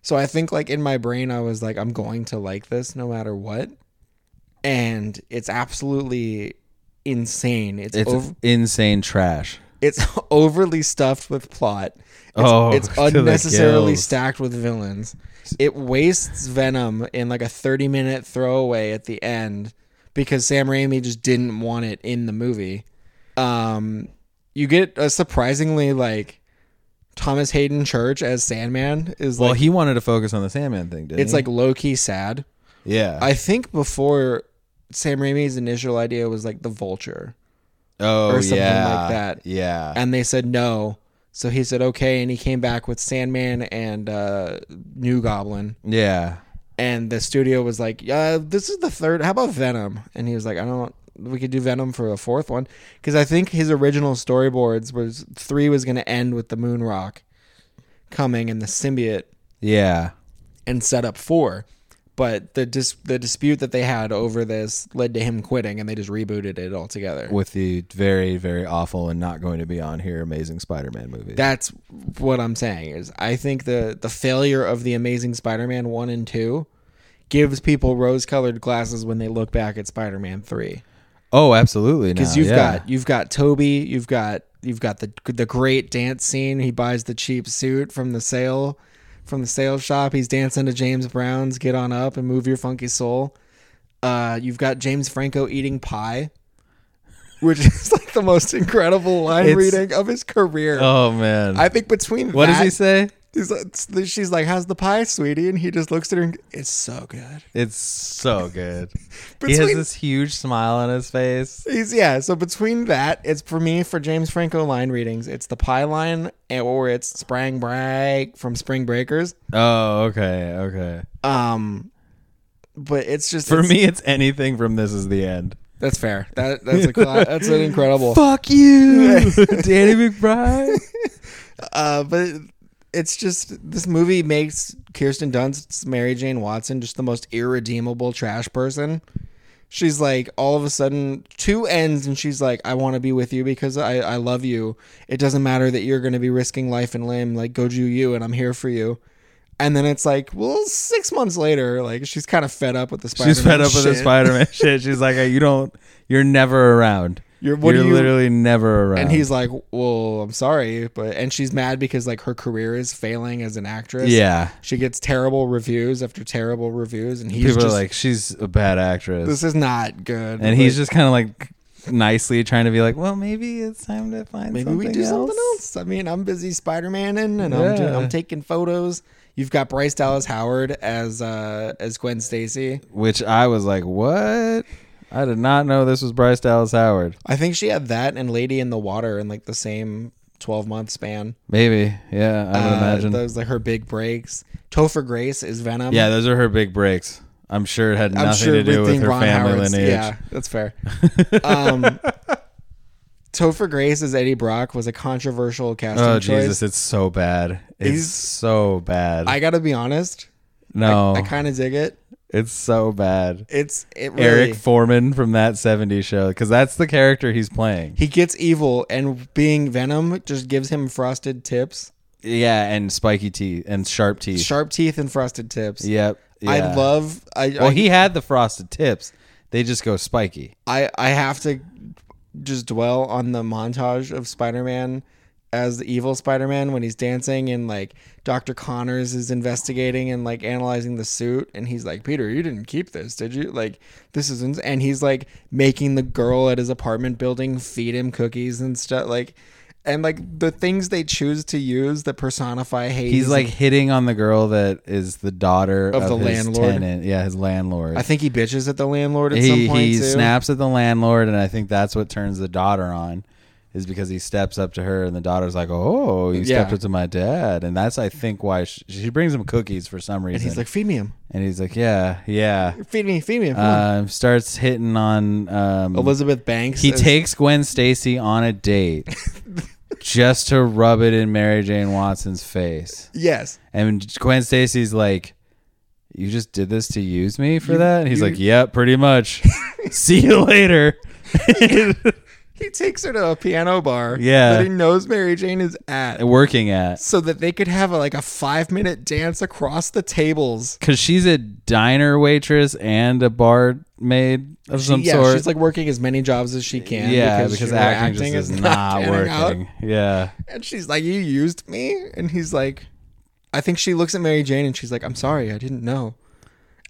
Speaker 1: So I think like in my brain I was like I'm going to like this no matter what. And it's absolutely insane. It's,
Speaker 2: it's
Speaker 1: over,
Speaker 2: insane trash.
Speaker 1: it's overly stuffed with plot. It's,
Speaker 2: Oh,
Speaker 1: it's
Speaker 2: to the
Speaker 1: unnecessarily
Speaker 2: gills.
Speaker 1: stacked with villains. It wastes Venom in like a 30 minute throwaway at the end because Sam Raimi just didn't want it in the movie. Um, you get a surprisingly like Thomas Hayden Church as Sandman is
Speaker 2: Well,
Speaker 1: like
Speaker 2: he wanted to focus on the Sandman thing, didn't
Speaker 1: it's
Speaker 2: he?
Speaker 1: like low key sad.
Speaker 2: yeah.
Speaker 1: I think before Sam Raimi's initial idea was like the Vulture.
Speaker 2: oh,
Speaker 1: or something
Speaker 2: yeah.
Speaker 1: like that.
Speaker 2: Yeah.
Speaker 1: and they said no. So he said okay, and he came back with Sandman and uh, New Goblin,
Speaker 2: yeah.
Speaker 1: and the studio was like, "Yeah, this is the third. How about Venom?" And he was like, "I don't, we could do Venom for a fourth one because I think his original storyboards was three was going to end with the moon rock coming and the symbiote
Speaker 2: Yeah.
Speaker 1: and set up four. But the dis- the dispute that they had over this led to him quitting, and they just rebooted it altogether.
Speaker 2: With the very, very awful and not going to be on here Amazing Spider Man movie.
Speaker 1: That's what I'm saying is I think the the failure of the Amazing Spider-Man 1 and 2 gives people rose-colored glasses when they look back at Spider-Man 3.
Speaker 2: oh, absolutely.
Speaker 1: Cuz
Speaker 2: now,
Speaker 1: you've
Speaker 2: yeah.
Speaker 1: got you've got Toby, you've got you've got the the great dance scene. He buys the cheap suit from the sale from the sale shop. He's dancing to James Brown's Get On Up and Move Your Funky Soul. Uh, you've got James Franco eating pie, which is like the most incredible line
Speaker 2: It's-
Speaker 1: reading of his career.
Speaker 2: Oh, man.
Speaker 1: I think between
Speaker 2: what does
Speaker 1: that-
Speaker 2: he say?
Speaker 1: He's like, she's like, "How's the pie, sweetie?" And he just looks at her. and It's so good.
Speaker 2: It's so good. he has
Speaker 1: Between-
Speaker 2: this huge smile on his face.
Speaker 1: He's yeah. So between that, it's for me for James Franco line readings. It's the pie line, and- or it's Sprang Break from Spring Breakers.
Speaker 2: Oh, okay. Okay.
Speaker 1: Um, but it's just
Speaker 2: For
Speaker 1: it's-
Speaker 2: me, it's anything from This Is the End.
Speaker 1: That's fair. That that's a cla- that's an incredible.
Speaker 2: Fuck you, Danny McBride.
Speaker 1: Uh, but it's just this movie makes Kirsten Dunst's Mary Jane Watson just the most irredeemable trash person. She's like all of a sudden two ends, and she's like, "I want to be with you because I I love you. It doesn't matter that you're going to be risking life and limb. Like go do you, and I'm here for you." And then it's like, well, six months later, like she's kind of fed up with the Spider-Man.
Speaker 2: She's fed up with the
Speaker 1: shit.
Speaker 2: Spider Man shit. She's like, "Hey, you don't, you're never around.
Speaker 1: You're- what do
Speaker 2: you're
Speaker 1: you-
Speaker 2: literally never around.
Speaker 1: And he's like, "Well, I'm sorry, but..." And she's mad because like her career is failing as an actress.
Speaker 2: yeah.
Speaker 1: She gets terrible reviews after terrible reviews, and he's
Speaker 2: People
Speaker 1: just
Speaker 2: are like, she's a bad actress,
Speaker 1: "This is not good."
Speaker 2: and he's just kind of like nicely trying to be like, well, maybe it's time to find
Speaker 1: maybe
Speaker 2: something
Speaker 1: we do
Speaker 2: else.
Speaker 1: something else. I mean, I'm busy Spider Maning, and I'm doing,
Speaker 2: Yeah.
Speaker 1: I'm taking photos. You've got Bryce Dallas Howard as uh, as Gwen Stacy.
Speaker 2: Which I was like, what? I did not know this was Bryce Dallas Howard.
Speaker 1: I think she had that and Lady in the Water in like the same twelve month span.
Speaker 2: Maybe, yeah, I would
Speaker 1: Uh,
Speaker 2: imagine.
Speaker 1: those like her big breaks. Topher Grace is Venom.
Speaker 2: yeah, those are her big breaks. I'm sure it had
Speaker 1: I'm
Speaker 2: nothing
Speaker 1: sure
Speaker 2: to do
Speaker 1: we
Speaker 2: with
Speaker 1: think
Speaker 2: her
Speaker 1: Ron
Speaker 2: family
Speaker 1: Howard's,
Speaker 2: lineage.
Speaker 1: Yeah, that's fair. Um, Topher Grace as Eddie Brock was a controversial casting
Speaker 2: Oh
Speaker 1: choice.
Speaker 2: Jesus, it's so bad. It's
Speaker 1: He's-
Speaker 2: so bad.
Speaker 1: I gotta be honest.
Speaker 2: no,
Speaker 1: I kind of dig it.
Speaker 2: it's so bad.
Speaker 1: It's it really.
Speaker 2: Eric Foreman from that '70s show, because that's the character he's playing.
Speaker 1: he gets evil, and being Venom just gives him frosted tips,
Speaker 2: Yeah, and spiky teeth and sharp teeth.
Speaker 1: sharp teeth, and frosted tips.
Speaker 2: Yep. yeah.
Speaker 1: I love. I
Speaker 2: Well,
Speaker 1: I,
Speaker 2: he had the frosted tips. They just go spiky.
Speaker 1: I I have to just dwell on the montage of Spider-Man as the evil Spider-Man when he's dancing and like Dr. Connors is investigating and like analyzing the suit and he's like Peter you didn't keep this did you like this isn't and he's like making the girl at his apartment building feed him cookies and stuff like and like the things they choose to use that personify hate
Speaker 2: He's like hitting on the girl that is the daughter of,
Speaker 1: Of the
Speaker 2: his
Speaker 1: landlord.
Speaker 2: tenant. Yeah, his landlord.
Speaker 1: I think he bitches at the landlord at
Speaker 2: he
Speaker 1: some point
Speaker 2: he
Speaker 1: too
Speaker 2: snaps at the landlord, and I think that's what turns the daughter on, is because he steps up to her, and the daughter's like, "Oh, you stepped
Speaker 1: Yeah.
Speaker 2: up to my dad," and that's I think why she, she brings him cookies for some reason.
Speaker 1: and he's like feed me him
Speaker 2: and he's like, "Yeah, yeah."
Speaker 1: feed me feed me him. Come on."
Speaker 2: Um, starts hitting on um,
Speaker 1: Elizabeth Banks
Speaker 2: He
Speaker 1: as-
Speaker 2: takes Gwen Stacy on a date just to rub it in Mary Jane Watson's face.
Speaker 1: yes
Speaker 2: And Gwen Stacy's like, You just did this to use me for that? And he's like, Yep, pretty much. See you later.
Speaker 1: He takes her to a piano bar
Speaker 2: Yeah.
Speaker 1: that he knows Mary Jane is at
Speaker 2: Working at.
Speaker 1: so that they could have a, like a five minute dance across the tables.
Speaker 2: Because she's a diner waitress and a barmaid of some
Speaker 1: yeah,
Speaker 2: sort.
Speaker 1: she's like working as many jobs as she can.
Speaker 2: yeah, because,
Speaker 1: her
Speaker 2: acting, just is not,
Speaker 1: panning
Speaker 2: working.
Speaker 1: out.
Speaker 2: Yeah.
Speaker 1: And she's like, You used me? And he's like, I think she looks at Mary Jane and she's like, I'm sorry, I didn't know.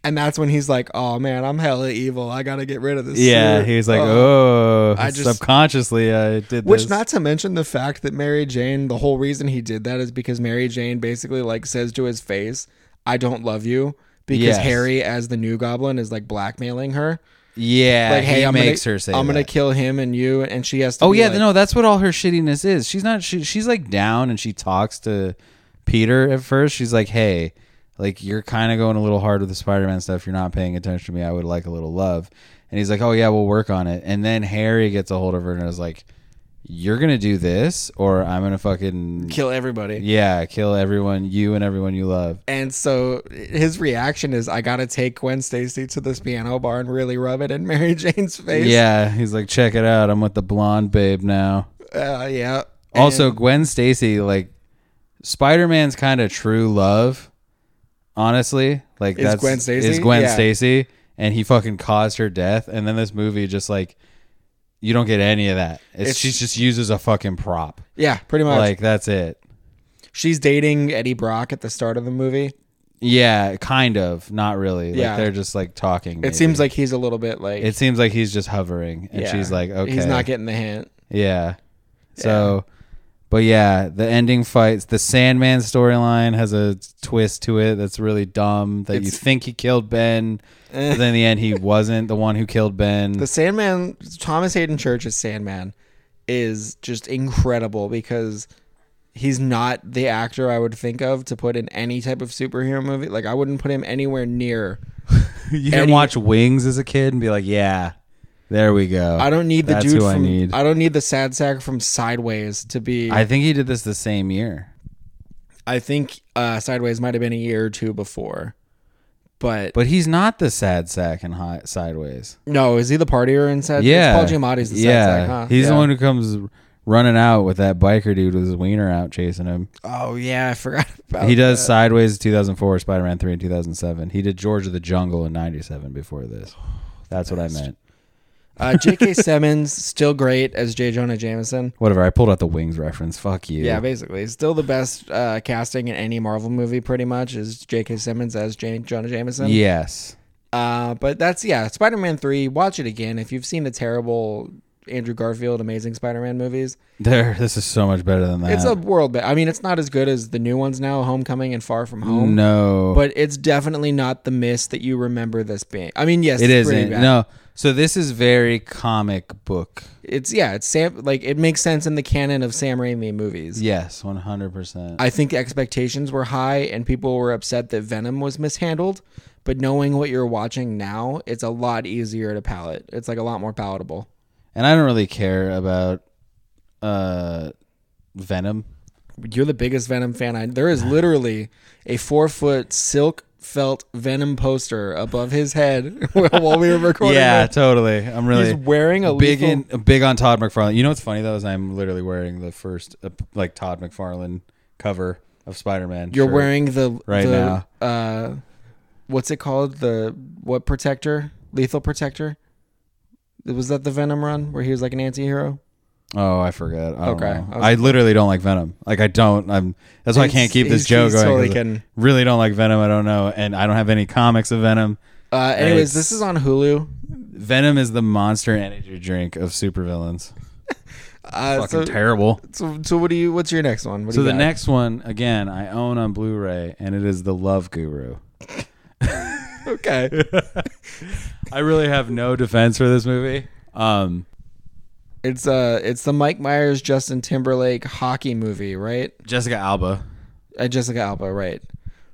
Speaker 1: And that's when he's like, Oh man, I'm hella evil. I gotta get rid of this.
Speaker 2: Yeah.
Speaker 1: suit."
Speaker 2: He's like, Oh,
Speaker 1: I just-
Speaker 2: subconsciously I did
Speaker 1: Which,
Speaker 2: this.
Speaker 1: not to mention the fact that Mary Jane, the whole reason he did that is because Mary Jane basically like says to his face, "I don't love you," because
Speaker 2: Yes.
Speaker 1: Harry, as the new Goblin, is like blackmailing her.
Speaker 2: Yeah,
Speaker 1: Like,
Speaker 2: Uh, he
Speaker 1: hey, I'm
Speaker 2: makes
Speaker 1: gonna,
Speaker 2: her say.
Speaker 1: I'm gonna
Speaker 2: that.
Speaker 1: kill him and you, and she has to.
Speaker 2: Oh
Speaker 1: be
Speaker 2: yeah,
Speaker 1: like-
Speaker 2: no, that's what all her shittiness is. She's not. She, she's like down, and she talks to Peter at first. She's like, "Hey, like you're kind of going a little hard with the Spider-Man stuff. You're not paying attention to me. I would like a little love." And he's like, "Oh yeah, we'll work on it." And then Harry gets a hold of her and is like, "You're gonna do this, or I'm gonna fucking
Speaker 1: kill everybody.
Speaker 2: yeah, kill everyone you and everyone you love."
Speaker 1: And so his reaction is, I gotta take Gwen Stacy to this piano bar and really rub it in Mary Jane's face.
Speaker 2: Yeah, he's like, "Check it out, I'm with the blonde babe now."
Speaker 1: uh, yeah.
Speaker 2: Also, Gwen Stacy, like Spider Man's kind of true love, honestly. Like
Speaker 1: Is
Speaker 2: that's
Speaker 1: Gwen Stacy?
Speaker 2: Is Gwen
Speaker 1: Yeah.
Speaker 2: Stacy, and he fucking caused her death. And then this movie just like you don't get any of that. It's,
Speaker 1: It's-
Speaker 2: she just uses a fucking prop.
Speaker 1: yeah, pretty much.
Speaker 2: Like that's it.
Speaker 1: she's dating Eddie Brock at the start of the movie.
Speaker 2: Yeah, kind of. Not really. Like
Speaker 1: Yeah.
Speaker 2: they're just like talking.
Speaker 1: It seems like he's a little bit like
Speaker 2: it seems like he's just hovering, and
Speaker 1: yeah,
Speaker 2: she's like, okay,
Speaker 1: he's not getting the hint.
Speaker 2: Yeah. So, but yeah, the ending fights, the Sandman storyline has a twist to it that's really dumb. That you
Speaker 1: It's-
Speaker 2: think he killed Ben, but then in the end he wasn't the one who killed Ben.
Speaker 1: The Sandman, Thomas Hayden Church's Sandman, is just incredible because he's not the actor I would think of to put in any type of superhero movie. Like I wouldn't put him anywhere near.
Speaker 2: you can
Speaker 1: Eddie-
Speaker 2: watch Wings as a kid and be like, yeah, there we go.
Speaker 1: I don't need the
Speaker 2: That's
Speaker 1: dude
Speaker 2: who
Speaker 1: from.
Speaker 2: I need. I,
Speaker 1: don't need the sad sack from Sideways to be. I,
Speaker 2: think he did this the same year.
Speaker 1: think uh, Sideways might have been a year or two before, but,
Speaker 2: But he's not the sad sack in hot sideways.
Speaker 1: no, is he the partier in Sad?
Speaker 2: Yeah,
Speaker 1: Uh, it's Paul Giamatti's the
Speaker 2: yeah.
Speaker 1: sad sack. Huh?
Speaker 2: He's the
Speaker 1: Yeah.
Speaker 2: one who comes running out with that biker dude with his wiener out chasing him.
Speaker 1: Oh yeah, I forgot about.
Speaker 2: He does Sideways in 2004, Spider Man 3 in 2007. He did George of the Jungle in 97 before this.
Speaker 1: Oh,
Speaker 2: That's what I meant.
Speaker 1: Uh, J.K. Simmons still great as J. Jonah Jameson.
Speaker 2: Whatever. I pulled out the Wings reference. Fuck you.
Speaker 1: Yeah, basically, still the best uh, casting in any Marvel movie. Pretty much is J.K. Simmons as J- Jonah Jameson.
Speaker 2: yes.
Speaker 1: Uh, but that's yeah, Spider-Man three. Watch it again if you've seen the terrible Andrew Garfield Amazing Spider-Man movies.
Speaker 2: There. This is so much better than that.
Speaker 1: It's a world. Ba- I mean, it's not as good as the new ones now, Homecoming and Far From Home.
Speaker 2: no.
Speaker 1: But it's definitely not the miss that you remember this being. I mean, yes,
Speaker 2: it
Speaker 1: it's pretty
Speaker 2: isn't.
Speaker 1: bad.
Speaker 2: No. So this is very comic book.
Speaker 1: it's yeah, it's Sam. Like it makes sense in the canon of Sam Raimi movies.
Speaker 2: Yes, 100%.
Speaker 1: I think expectations were high and people were upset that Venom was mishandled. But knowing what you're watching now, it's a lot easier to palate. It's like a lot more palatable.
Speaker 2: and I don't really care about uh, Venom.
Speaker 1: You're the biggest Venom fan. I there is literally a four foot silk felt Venom poster above his head while we were recording.
Speaker 2: Yeah,
Speaker 1: this.
Speaker 2: totally. I'm really.
Speaker 1: he's wearing a
Speaker 2: big
Speaker 1: lethal-
Speaker 2: in big on Todd McFarlane. You know what's funny though is I'm literally wearing the first uh, like Todd McFarlane cover of Spider Man.
Speaker 1: You're wearing the
Speaker 2: Right
Speaker 1: the, Uh, what's it called? The what protector? Lethal protector. Was that the Venom run where he was like an anti-hero?
Speaker 2: Oh, I forgot. I don't
Speaker 1: Okay.
Speaker 2: know.
Speaker 1: I was-
Speaker 2: I literally don't like Venom. Like I don't. I'm. That's why I
Speaker 1: He's-
Speaker 2: can't keep this
Speaker 1: he's-
Speaker 2: joke
Speaker 1: he's
Speaker 2: going.
Speaker 1: totally
Speaker 2: 'cause I
Speaker 1: kidding.
Speaker 2: Really don't like Venom. I don't know, and I don't have any comics of Venom.
Speaker 1: Uh, anyways,
Speaker 2: It's-
Speaker 1: this is on Hulu.
Speaker 2: Venom is the monster energy drink of supervillains.
Speaker 1: Uh,
Speaker 2: Fucking
Speaker 1: so,
Speaker 2: terrible.
Speaker 1: so, so what do you? What's your next one? What do
Speaker 2: So
Speaker 1: you
Speaker 2: the
Speaker 1: got?
Speaker 2: next one again, I own on Blu-ray, and it is the Love Guru.
Speaker 1: Okay,
Speaker 2: I really have no defense for this movie. Um,
Speaker 1: it's uh, it's the Mike Myers Justin Timberlake hockey movie, right?
Speaker 2: Jessica Alba,
Speaker 1: Uh, Jessica Alba, right?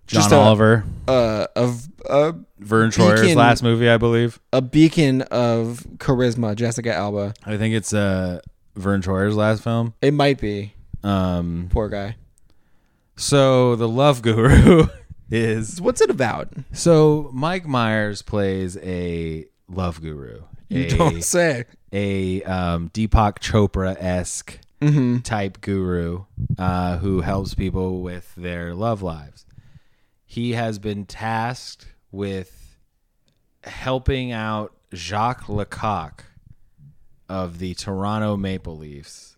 Speaker 2: John
Speaker 1: a,
Speaker 2: Oliver.
Speaker 1: uh, of a,
Speaker 2: Vern Troyer's
Speaker 1: Beacon-
Speaker 2: last movie, I believe.
Speaker 1: a beacon of charisma, Jessica Alba.
Speaker 2: I think it's uh, Vern Troyer's last film.
Speaker 1: It might be
Speaker 2: Um,
Speaker 1: poor guy.
Speaker 2: so the Love Guru is
Speaker 1: What's it about?
Speaker 2: so Mike Myers plays a love guru,
Speaker 1: You
Speaker 2: a,
Speaker 1: don't say.
Speaker 2: a um, Deepak Chopra esque
Speaker 1: Mm-hmm.
Speaker 2: type guru uh, who helps people with their love lives. He has been tasked with helping out Jacques Lecoq of the Toronto Maple Leafs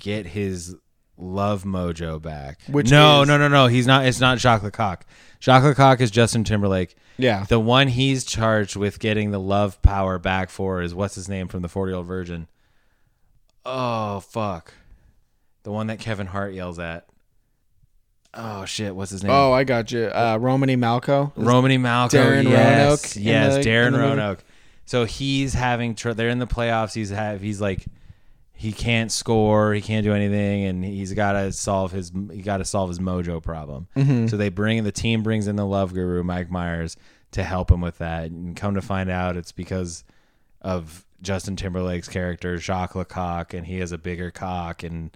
Speaker 2: get his love mojo back.
Speaker 1: Which
Speaker 2: no,
Speaker 1: is-
Speaker 2: no, no, no. He's not. It's not Jacques Lecoq. Jacques Lecoq is Justin Timberlake.
Speaker 1: Yeah.
Speaker 2: The one he's charged with getting the love power back for is what's his name from the 40 year old virgin? Oh, fuck. The one that Kevin Hart yells at. Oh, shit. What's his name?
Speaker 1: Oh, I got you. Uh, Romany Malco.
Speaker 2: Romany Malco.
Speaker 1: Darren Roanoke
Speaker 2: E. yes,
Speaker 1: in
Speaker 2: yes,
Speaker 1: the- in
Speaker 2: Darren
Speaker 1: the movie?
Speaker 2: Roanoke. So he's having. Tr- they're in the playoffs. He's have. He's like, he can't score. He can't do anything, and he's got to solve his.
Speaker 1: Mm-hmm.
Speaker 2: He got to solve his mojo problem. So they bring the team brings in the love guru Mike Myers to help him with that. And come to find out, it's because of Justin Timberlake's character Jacques Lecoq, and he has a bigger cock and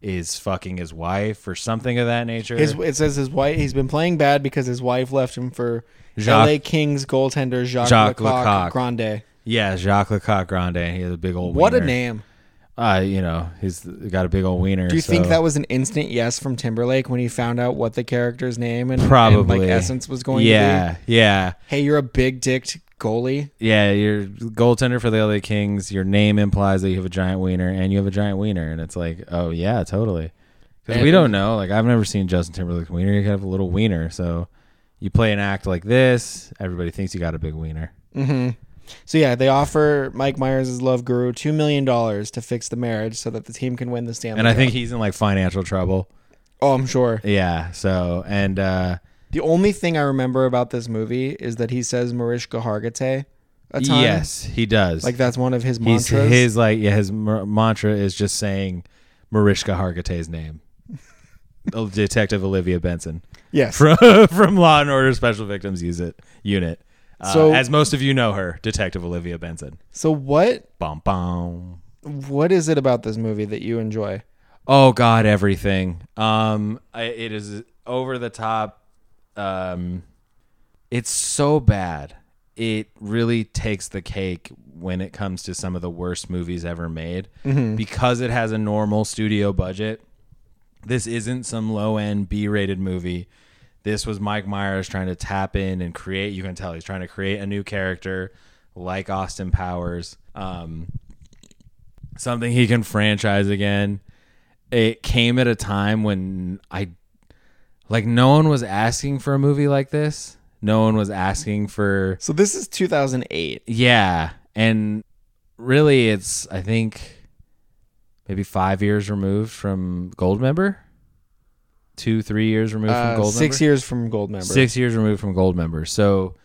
Speaker 2: is fucking his wife or something of that nature.
Speaker 1: His, it says his wife. He's been playing bad because his wife left him for
Speaker 2: Jacques-
Speaker 1: L.A. Kings goaltender Jacques,
Speaker 2: Jacques
Speaker 1: Lecoq,
Speaker 2: Lecoq.
Speaker 1: Grande.
Speaker 2: yeah, Jacques Lecoq Grande. and He has a big old
Speaker 1: What a
Speaker 2: wiener.
Speaker 1: name!
Speaker 2: Uh, you know, he's got a big old wiener.
Speaker 1: Do you think
Speaker 2: so-
Speaker 1: that was an instant yes from Timberlake when he found out what the character's name and, and,
Speaker 2: Probably.
Speaker 1: like essence was going to
Speaker 2: Yeah, yeah.
Speaker 1: be? Hey, you're a big dicked goalie.
Speaker 2: Yeah, you're goaltender for the LA Kings. Your name implies that you have a giant wiener, and you have a giant wiener, and it's like, oh yeah, totally. Because we
Speaker 1: And-
Speaker 2: don't know. Like I've never seen Justin Timberlake's wiener. You have a little wiener, so you play an act like this. Everybody thinks you got a big wiener.
Speaker 1: So yeah, they offer Mike Myers' love guru two million dollars to fix the marriage so that the team can win the Stanley.
Speaker 2: And I
Speaker 1: Cup.
Speaker 2: think he's in like financial trouble.
Speaker 1: oh, I'm sure.
Speaker 2: Yeah. So and uh
Speaker 1: The only thing I remember about this movie is that he says Mariska Hargitay a ton.
Speaker 2: yes, he does.
Speaker 1: like that's one of his
Speaker 2: he's
Speaker 1: mantras.
Speaker 2: his like yeah his mer- mantra is just saying Mariska Hargitay's name. Oh, Detective Olivia Benson.
Speaker 1: yes,
Speaker 2: from from Law and Order Special Victims use it unit. Uh,
Speaker 1: So-
Speaker 2: as most of you know her, Detective Olivia Benson.
Speaker 1: So what
Speaker 2: Bom bom.
Speaker 1: what is it about this movie that you enjoy?
Speaker 2: Oh God, everything. Um, I, it is over the top. Um, it's so bad. It really takes the cake when it comes to some of the worst movies ever made because it has a normal studio budget. This isn't some low end B rated movie. This was Mike Myers trying to tap in and create. You can tell he's trying to create a new character like Austin Powers. Um, something he can franchise again. It came at a time when I like no one was asking for a movie like this. No one was asking for
Speaker 1: So this is 2008.
Speaker 2: yeah, and really it's I think maybe 5 years removed from Goldmember. 2 3 years removed
Speaker 1: Uh,
Speaker 2: from Goldmember.
Speaker 1: six years from Goldmember.
Speaker 2: Six years removed from gold member. So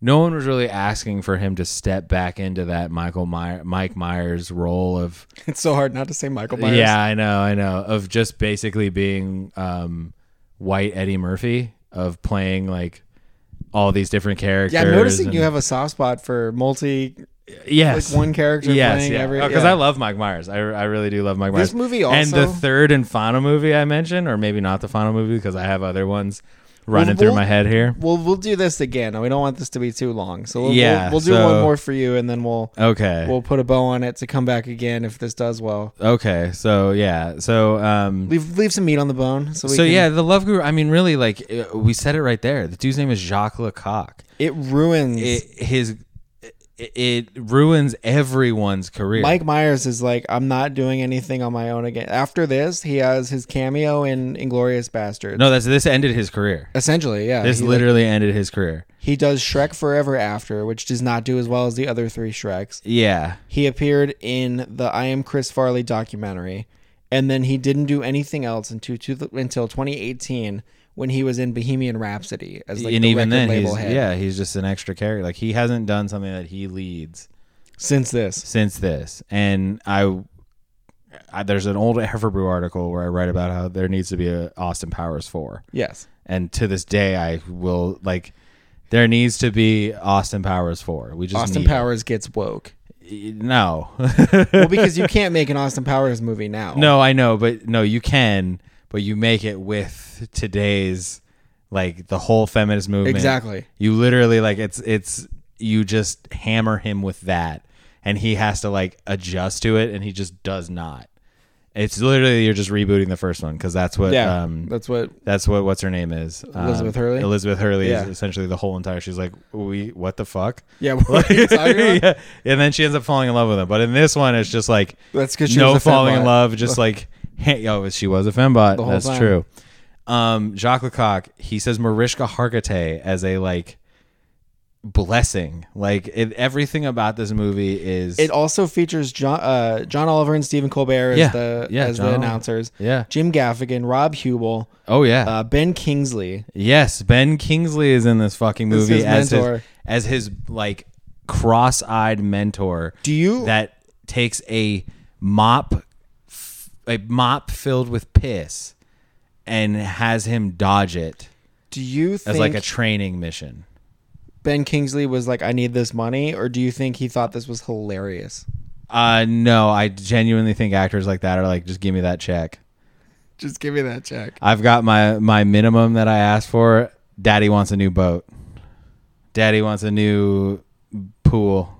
Speaker 2: no one was really asking for him to step back into that Michael My- Mike Myers role of
Speaker 1: It's so hard not to say Michael Myers.
Speaker 2: yeah, I know, I know. Of just basically being um, white Eddie Murphy of playing like all these different characters.
Speaker 1: Yeah, I'm noticing you
Speaker 2: and-
Speaker 1: have a soft spot for multi,
Speaker 2: yes,
Speaker 1: like one character
Speaker 2: yes,
Speaker 1: playing
Speaker 2: yeah.
Speaker 1: every.
Speaker 2: Because
Speaker 1: yeah.
Speaker 2: I love Mike Myers. I, I really do love Mike Myers.
Speaker 1: This movie
Speaker 2: and the
Speaker 1: also-
Speaker 2: third and final movie I mentioned, or maybe not the final movie because I have other ones running through
Speaker 1: we'll-
Speaker 2: my head here.
Speaker 1: well, we'll do this again. We don't want this to be too long, so we'll,
Speaker 2: Yeah,
Speaker 1: we'll, we'll do
Speaker 2: so-
Speaker 1: one more for you, and then we'll
Speaker 2: Okay.
Speaker 1: we'll put a bow on it to come back again if this does well.
Speaker 2: okay. So yeah. So um.
Speaker 1: Leave leave some meat on the bone, so we
Speaker 2: So
Speaker 1: can-
Speaker 2: yeah, the Love Guru. I mean, really, like uh, we said it right there. The dude's name is Jacques Lecoq.
Speaker 1: it ruins.
Speaker 2: it, his it- it ruins everyone's career.
Speaker 1: Mike Myers is like, I'm not doing anything on my own again. After this, he has his cameo in Inglorious Bastards.
Speaker 2: no, that's this ended his career.
Speaker 1: Essentially, yeah.
Speaker 2: This
Speaker 1: he,
Speaker 2: literally ended his career.
Speaker 1: he does Shrek Forever After, which does not do as well as the other three Shreks.
Speaker 2: Yeah,
Speaker 1: He appeared in the I Am Chris Farley documentary, and then he didn't do anything else until, to, until 2018 when he was in Bohemian Rhapsody as like
Speaker 2: and
Speaker 1: the
Speaker 2: even
Speaker 1: record
Speaker 2: then,
Speaker 1: label
Speaker 2: he's
Speaker 1: head.
Speaker 2: yeah, he's just an extra character. Like he hasn't done something that he leads
Speaker 1: Since this,
Speaker 2: since this. And I, I there's an old Everbrew article where I write about how there needs to be a Austin Powers four.
Speaker 1: yes,
Speaker 2: and to this day I will like there needs to be Austin Powers 4. We just
Speaker 1: Austin
Speaker 2: need-
Speaker 1: Powers gets woke.
Speaker 2: No.
Speaker 1: Well, because you can't make an Austin Powers movie now.
Speaker 2: no, I know, but no, you can, but you make it with today's like the whole feminist movement.
Speaker 1: Exactly.
Speaker 2: You literally like it's it's you just hammer him with that and he has to like adjust to it and he just does not. It's literally you're just rebooting the first one cuz that's what
Speaker 1: yeah,
Speaker 2: um
Speaker 1: that's what
Speaker 2: That's what what's her name is Um,
Speaker 1: Elizabeth Hurley?
Speaker 2: Elizabeth Hurley
Speaker 1: Yeah.
Speaker 2: is essentially the whole entire. She's like, we what the fuck?
Speaker 1: Yeah, what are you talking about?
Speaker 2: Yeah. And then she ends up falling in love with him. But in this one, it's just like
Speaker 1: That's 'cause she
Speaker 2: no
Speaker 1: was a
Speaker 2: falling in
Speaker 1: fembot.
Speaker 2: love. Just like hey, yo, she was a fembot.
Speaker 1: whole
Speaker 2: That's
Speaker 1: time.
Speaker 2: true. Um, Jacques Lecoq, he says Mariska Hargitay as a like blessing. Like it, everything about this movie is
Speaker 1: It also features John uh, John Oliver and Stephen Colbert as
Speaker 2: Yeah.
Speaker 1: the
Speaker 2: Yeah,
Speaker 1: as
Speaker 2: John
Speaker 1: the
Speaker 2: Oliver.
Speaker 1: announcers.
Speaker 2: yeah.
Speaker 1: Jim Gaffigan, Rob Hubel,
Speaker 2: Oh yeah.
Speaker 1: uh, Ben Kingsley.
Speaker 2: Yes, Ben Kingsley is in this fucking
Speaker 1: This is
Speaker 2: movie
Speaker 1: his
Speaker 2: as his
Speaker 1: mentor.
Speaker 2: as his like cross-eyed mentor
Speaker 1: Do you
Speaker 2: that takes a mop f- a mop filled with piss and has him dodge it
Speaker 1: do you
Speaker 2: as
Speaker 1: think
Speaker 2: like a training mission.
Speaker 1: Ben Kingsley was like, "I need this money," or do you think he thought this was hilarious?
Speaker 2: Uh, no, I genuinely think actors like that are like, just give me that check.
Speaker 1: Just give me that check.
Speaker 2: I've got my my minimum that I asked for. Daddy wants a new boat. Daddy wants a new pool.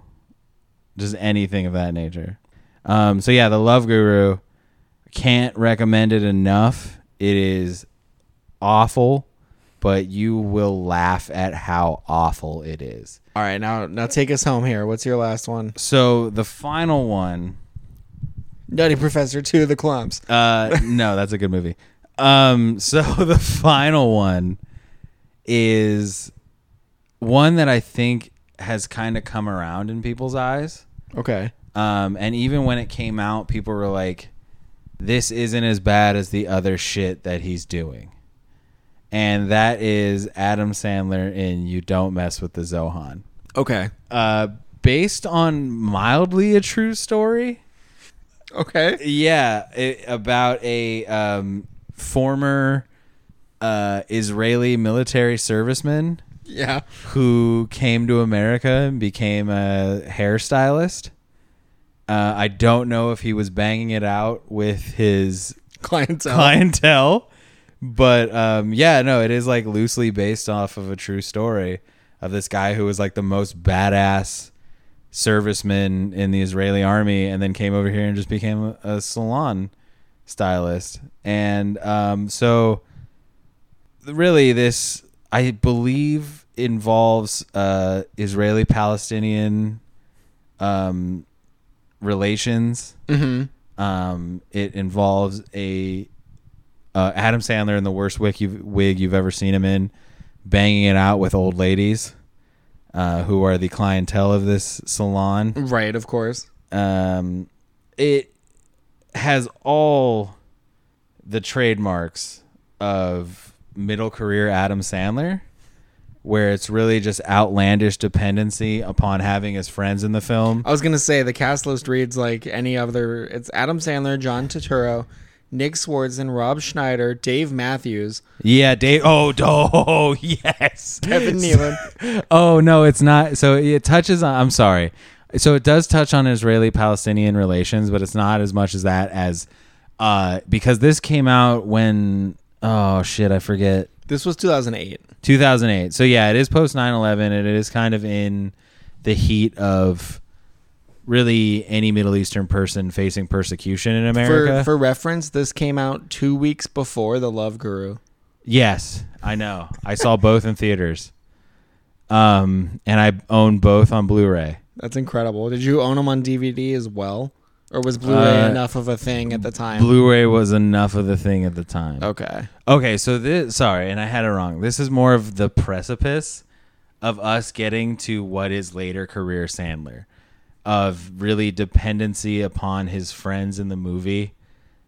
Speaker 2: Just anything of that nature. Um, so yeah, the Love Guru can't recommend it enough. It is awful, but you will laugh at how awful it is.
Speaker 1: All right, now now take us home here. What's your last one?
Speaker 2: So the final one
Speaker 1: Nutty Professor Two: The Clumps.
Speaker 2: Uh, no, that's a good movie. Um, so the final one is one that I think has kind of come around in people's eyes.
Speaker 1: Okay.
Speaker 2: Um, and even when it came out, people were like, "This isn't as bad as the other shit that he's doing." And that is Adam Sandler in "You Don't Mess with the Zohan."
Speaker 1: Okay.
Speaker 2: Uh, based on mildly a true story.
Speaker 1: Okay.
Speaker 2: Yeah, it, about a um, former uh, Israeli military serviceman
Speaker 1: Yeah.
Speaker 2: who came to America and became a hairstylist. Uh, I don't know if he was banging it out with his
Speaker 1: Clientele.
Speaker 2: clientele, but um, yeah, no, it is like loosely based off of a true story of this guy who was like the most badass serviceman in the Israeli army, and then came over here and just became a, a salon stylist, and um, so really this I believe involves uh, Israeli Palestinian um, relations.
Speaker 1: Mm-hmm.
Speaker 2: Um, it involves a uh, Adam Sandler in the worst wig you've, wig you've ever seen him in, banging it out with old ladies uh, who are the clientele of this salon
Speaker 1: Right. Of course.
Speaker 2: um, it has all the trademarks of middle career Adam Sandler, where it's really just outlandish dependency upon having his friends in the film.
Speaker 1: I was gonna say the cast list reads like any other. It's Adam Sandler, John Turturro, Nick Swartzen, Rob Schneider, Dave Matthews,
Speaker 2: Yeah, Dave. Oh, d- oh yes.
Speaker 1: Kevin Nealon.
Speaker 2: oh no, it's not. So it touches on. I'm sorry. So it does touch on Israeli-Palestinian relations, but it's not as much as that as uh, because this came out when oh shit, I forget.
Speaker 1: This was 2008.
Speaker 2: 2008. So yeah, it is post 9/11 and it is kind of in the heat of really any Middle Eastern person facing persecution in America.
Speaker 1: For for reference, this came out two weeks before The Love Guru.
Speaker 2: yes, I know. I saw both in theaters. Um and I own both on Blu-ray.
Speaker 1: That's incredible. Did you own them on DVD as well, or was Blu-ray
Speaker 2: Uh,
Speaker 1: enough of a thing at the time?
Speaker 2: Blu-ray was enough of the thing at the time.
Speaker 1: okay.
Speaker 2: Okay, so this sorry, and I had it wrong. This is more of the precipice of us getting to what is later career Sandler of really dependency upon his friends in the movie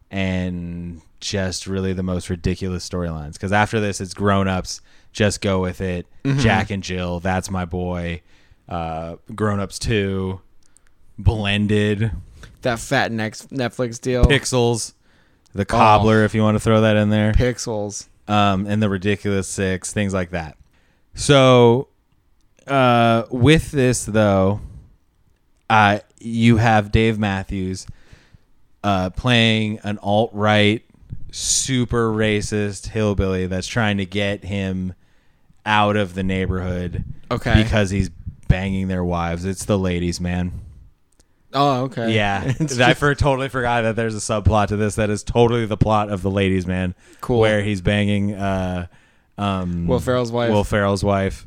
Speaker 2: and just really the most ridiculous storylines cuz after this it's grown-ups just go with it Jack and Jill that's my boy uh grown-ups 2 blended
Speaker 1: That fat next Netflix deal.
Speaker 2: pixels the cobbler if you want to throw that in there
Speaker 1: Pixels.
Speaker 2: um, and the ridiculous six, things like that. So, uh, with this though, uh, you have Dave Matthews uh, playing an alt right, super racist hillbilly that's trying to get him out of the neighborhood
Speaker 1: Okay.
Speaker 2: because he's banging their wives. It's the ladies, man.
Speaker 1: oh, okay.
Speaker 2: Yeah,
Speaker 1: It's
Speaker 2: I
Speaker 1: just-
Speaker 2: for, totally forgot that there's a subplot to this that is totally the plot of the Ladies Man.
Speaker 1: Cool.
Speaker 2: where he's banging uh, um,
Speaker 1: Will Ferrell's wife.
Speaker 2: Will Ferrell's wife,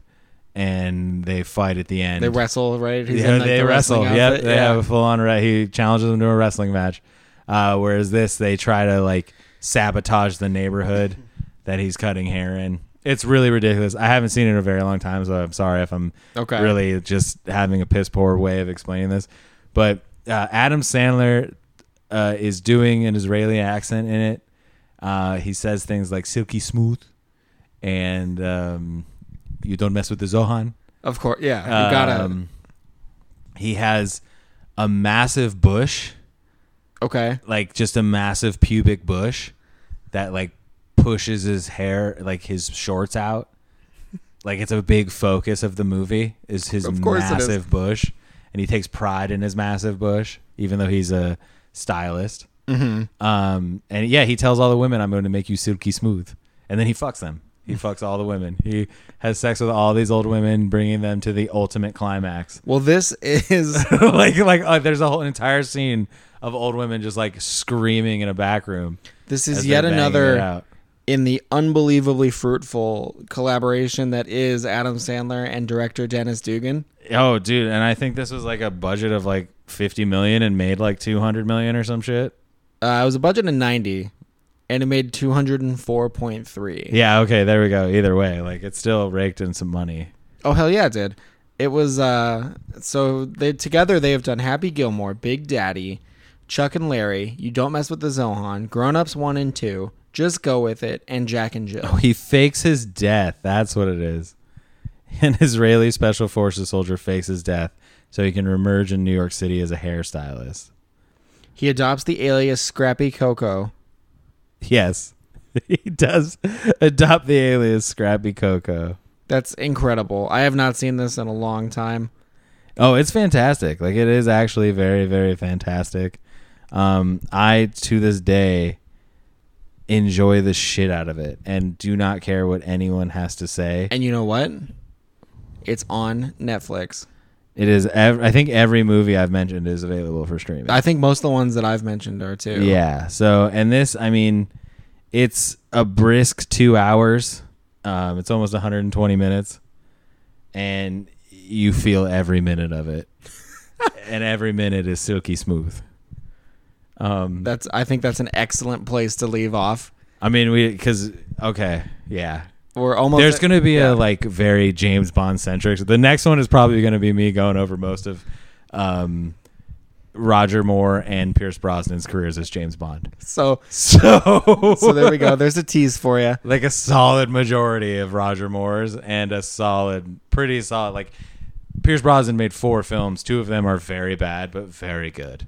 Speaker 2: and they fight at the end.
Speaker 1: they wrestle, right? He's in,
Speaker 2: yeah,
Speaker 1: like,
Speaker 2: they
Speaker 1: the wrestling
Speaker 2: wrestle. Yep,
Speaker 1: outfit.
Speaker 2: they have a full on. Re- he challenges them to a wrestling match. Uh, whereas this, they try to like sabotage the neighborhood that he's cutting hair in. It's really ridiculous. I haven't seen it in a very long time, so I'm sorry if I'm
Speaker 1: Okay.
Speaker 2: really just having a piss poor way of explaining this. But uh, Adam Sandler uh, is doing an Israeli accent in it. Uh, he says things like silky smooth and um, you don't mess with the Zohan.
Speaker 1: Of course. Yeah. You gotta.
Speaker 2: Um, he has a massive bush,
Speaker 1: okay.
Speaker 2: like just a massive pubic bush that like pushes his hair, like his shorts out. like it's a big focus of the movie is his
Speaker 1: Of course it is.
Speaker 2: massive bush, and he takes pride in his massive bush, even though he's a stylist. Mm-hmm. Um, and yeah, he tells all the women, "I'm going to make you silky smooth," and then he fucks them. He fucks all the women. He has sex with all these old women, bringing them to the ultimate climax.
Speaker 1: Well, this is
Speaker 2: like, like uh, there's a whole entire scene of old women just like screaming in a back room.
Speaker 1: this is
Speaker 2: as
Speaker 1: yet
Speaker 2: they're banging it
Speaker 1: another
Speaker 2: out.
Speaker 1: in the unbelievably fruitful collaboration that is Adam Sandler and director Dennis Dugan.
Speaker 2: Oh, dude, and I think this was like a budget of like 50 million and made like 200 million or some shit.
Speaker 1: Uh, it was a budget of 90 and it made 204.3.
Speaker 2: Yeah, okay, there we go. Either way, like it still raked in some money.
Speaker 1: Oh hell yeah, it did. It was uh so they together they have done Happy Gilmore, Big Daddy, Chuck and Larry, You Don't Mess with the Zohan, Grown Ups 1 and 2, Just Go with It, and Jack and Jill.
Speaker 2: He fakes his death. That's what it is. An Israeli special forces soldier fakes his death so he can emerge in New York City as a hairstylist.
Speaker 1: He adopts the alias Scrappy Coco.
Speaker 2: Yes. He does adopt the alias Scrappy Coco.
Speaker 1: That's incredible. I have not seen this in a long time.
Speaker 2: Oh, it's fantastic. Like it is actually very, very fantastic. Um, I to this day enjoy the shit out of it and do not care what anyone has to say.
Speaker 1: And you know what? It's on Netflix.
Speaker 2: It is ev- I think every movie I've mentioned is available for streaming.
Speaker 1: I think most of the ones that I've mentioned are too.
Speaker 2: Yeah. So, and this, I mean, it's a brisk two hours. Um, it's almost 120 minutes, and you feel every minute of it, and every minute is silky smooth. Um,
Speaker 1: That's I think that's an excellent place to leave off.
Speaker 2: I mean, we because okay, yeah.
Speaker 1: We're almost
Speaker 2: There's going to be a like very James Bond centric. The next one is probably going to be me going over most of um, Roger Moore and Pierce Brosnan's careers as James Bond.
Speaker 1: so
Speaker 2: So,
Speaker 1: so there we go. There's a tease for you.
Speaker 2: like a solid majority of Roger Moore's and a solid, pretty solid. Like Pierce Brosnan made four films. Two of them are very bad, but very good.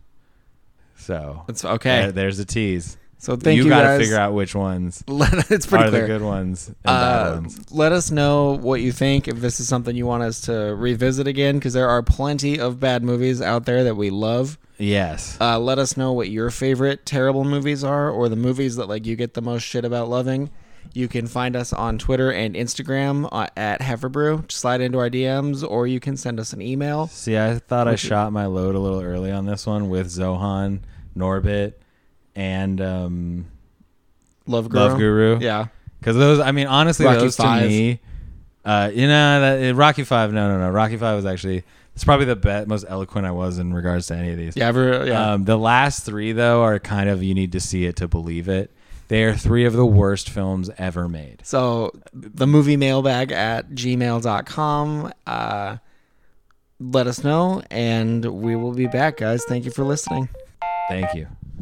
Speaker 2: So
Speaker 1: That's okay.
Speaker 2: there- there's a tease.
Speaker 1: So thank you,
Speaker 2: got to
Speaker 1: guys.
Speaker 2: figure out which ones
Speaker 1: Let, it's pretty
Speaker 2: are
Speaker 1: clear.
Speaker 2: the good ones and bad
Speaker 1: Uh,
Speaker 2: ones.
Speaker 1: let us know what you think if this is something you want us to revisit again because there are plenty of bad movies out there that we love.
Speaker 2: Yes.
Speaker 1: Uh, let us know what your favorite terrible movies are or the movies that like you get the most shit about loving. You can find us on Twitter and Instagram uh, at Heiferbrew. Slide into our DMs or you can send us an email.
Speaker 2: See, I thought I shot my load a little early on this one with Zohan, Norbit, and um,
Speaker 1: Love Guru.
Speaker 2: Love Guru.
Speaker 1: Yeah.
Speaker 2: Because those, I mean, honestly,
Speaker 1: Rocky
Speaker 2: those
Speaker 1: Five.
Speaker 2: to me, uh, you know, that, uh, Rocky Five. No, no, no. Rocky Five was actually it's probably the be- most eloquent I was in regards to any of these.
Speaker 1: Yeah. Ever, yeah.
Speaker 2: Um, the last three though are kind of you need to see it to believe it. They are three of the worst films ever made.
Speaker 1: So the movie mailbag at gmail.com. Uh, let us know, and we will be back, guys. Thank you for listening.
Speaker 2: Thank you.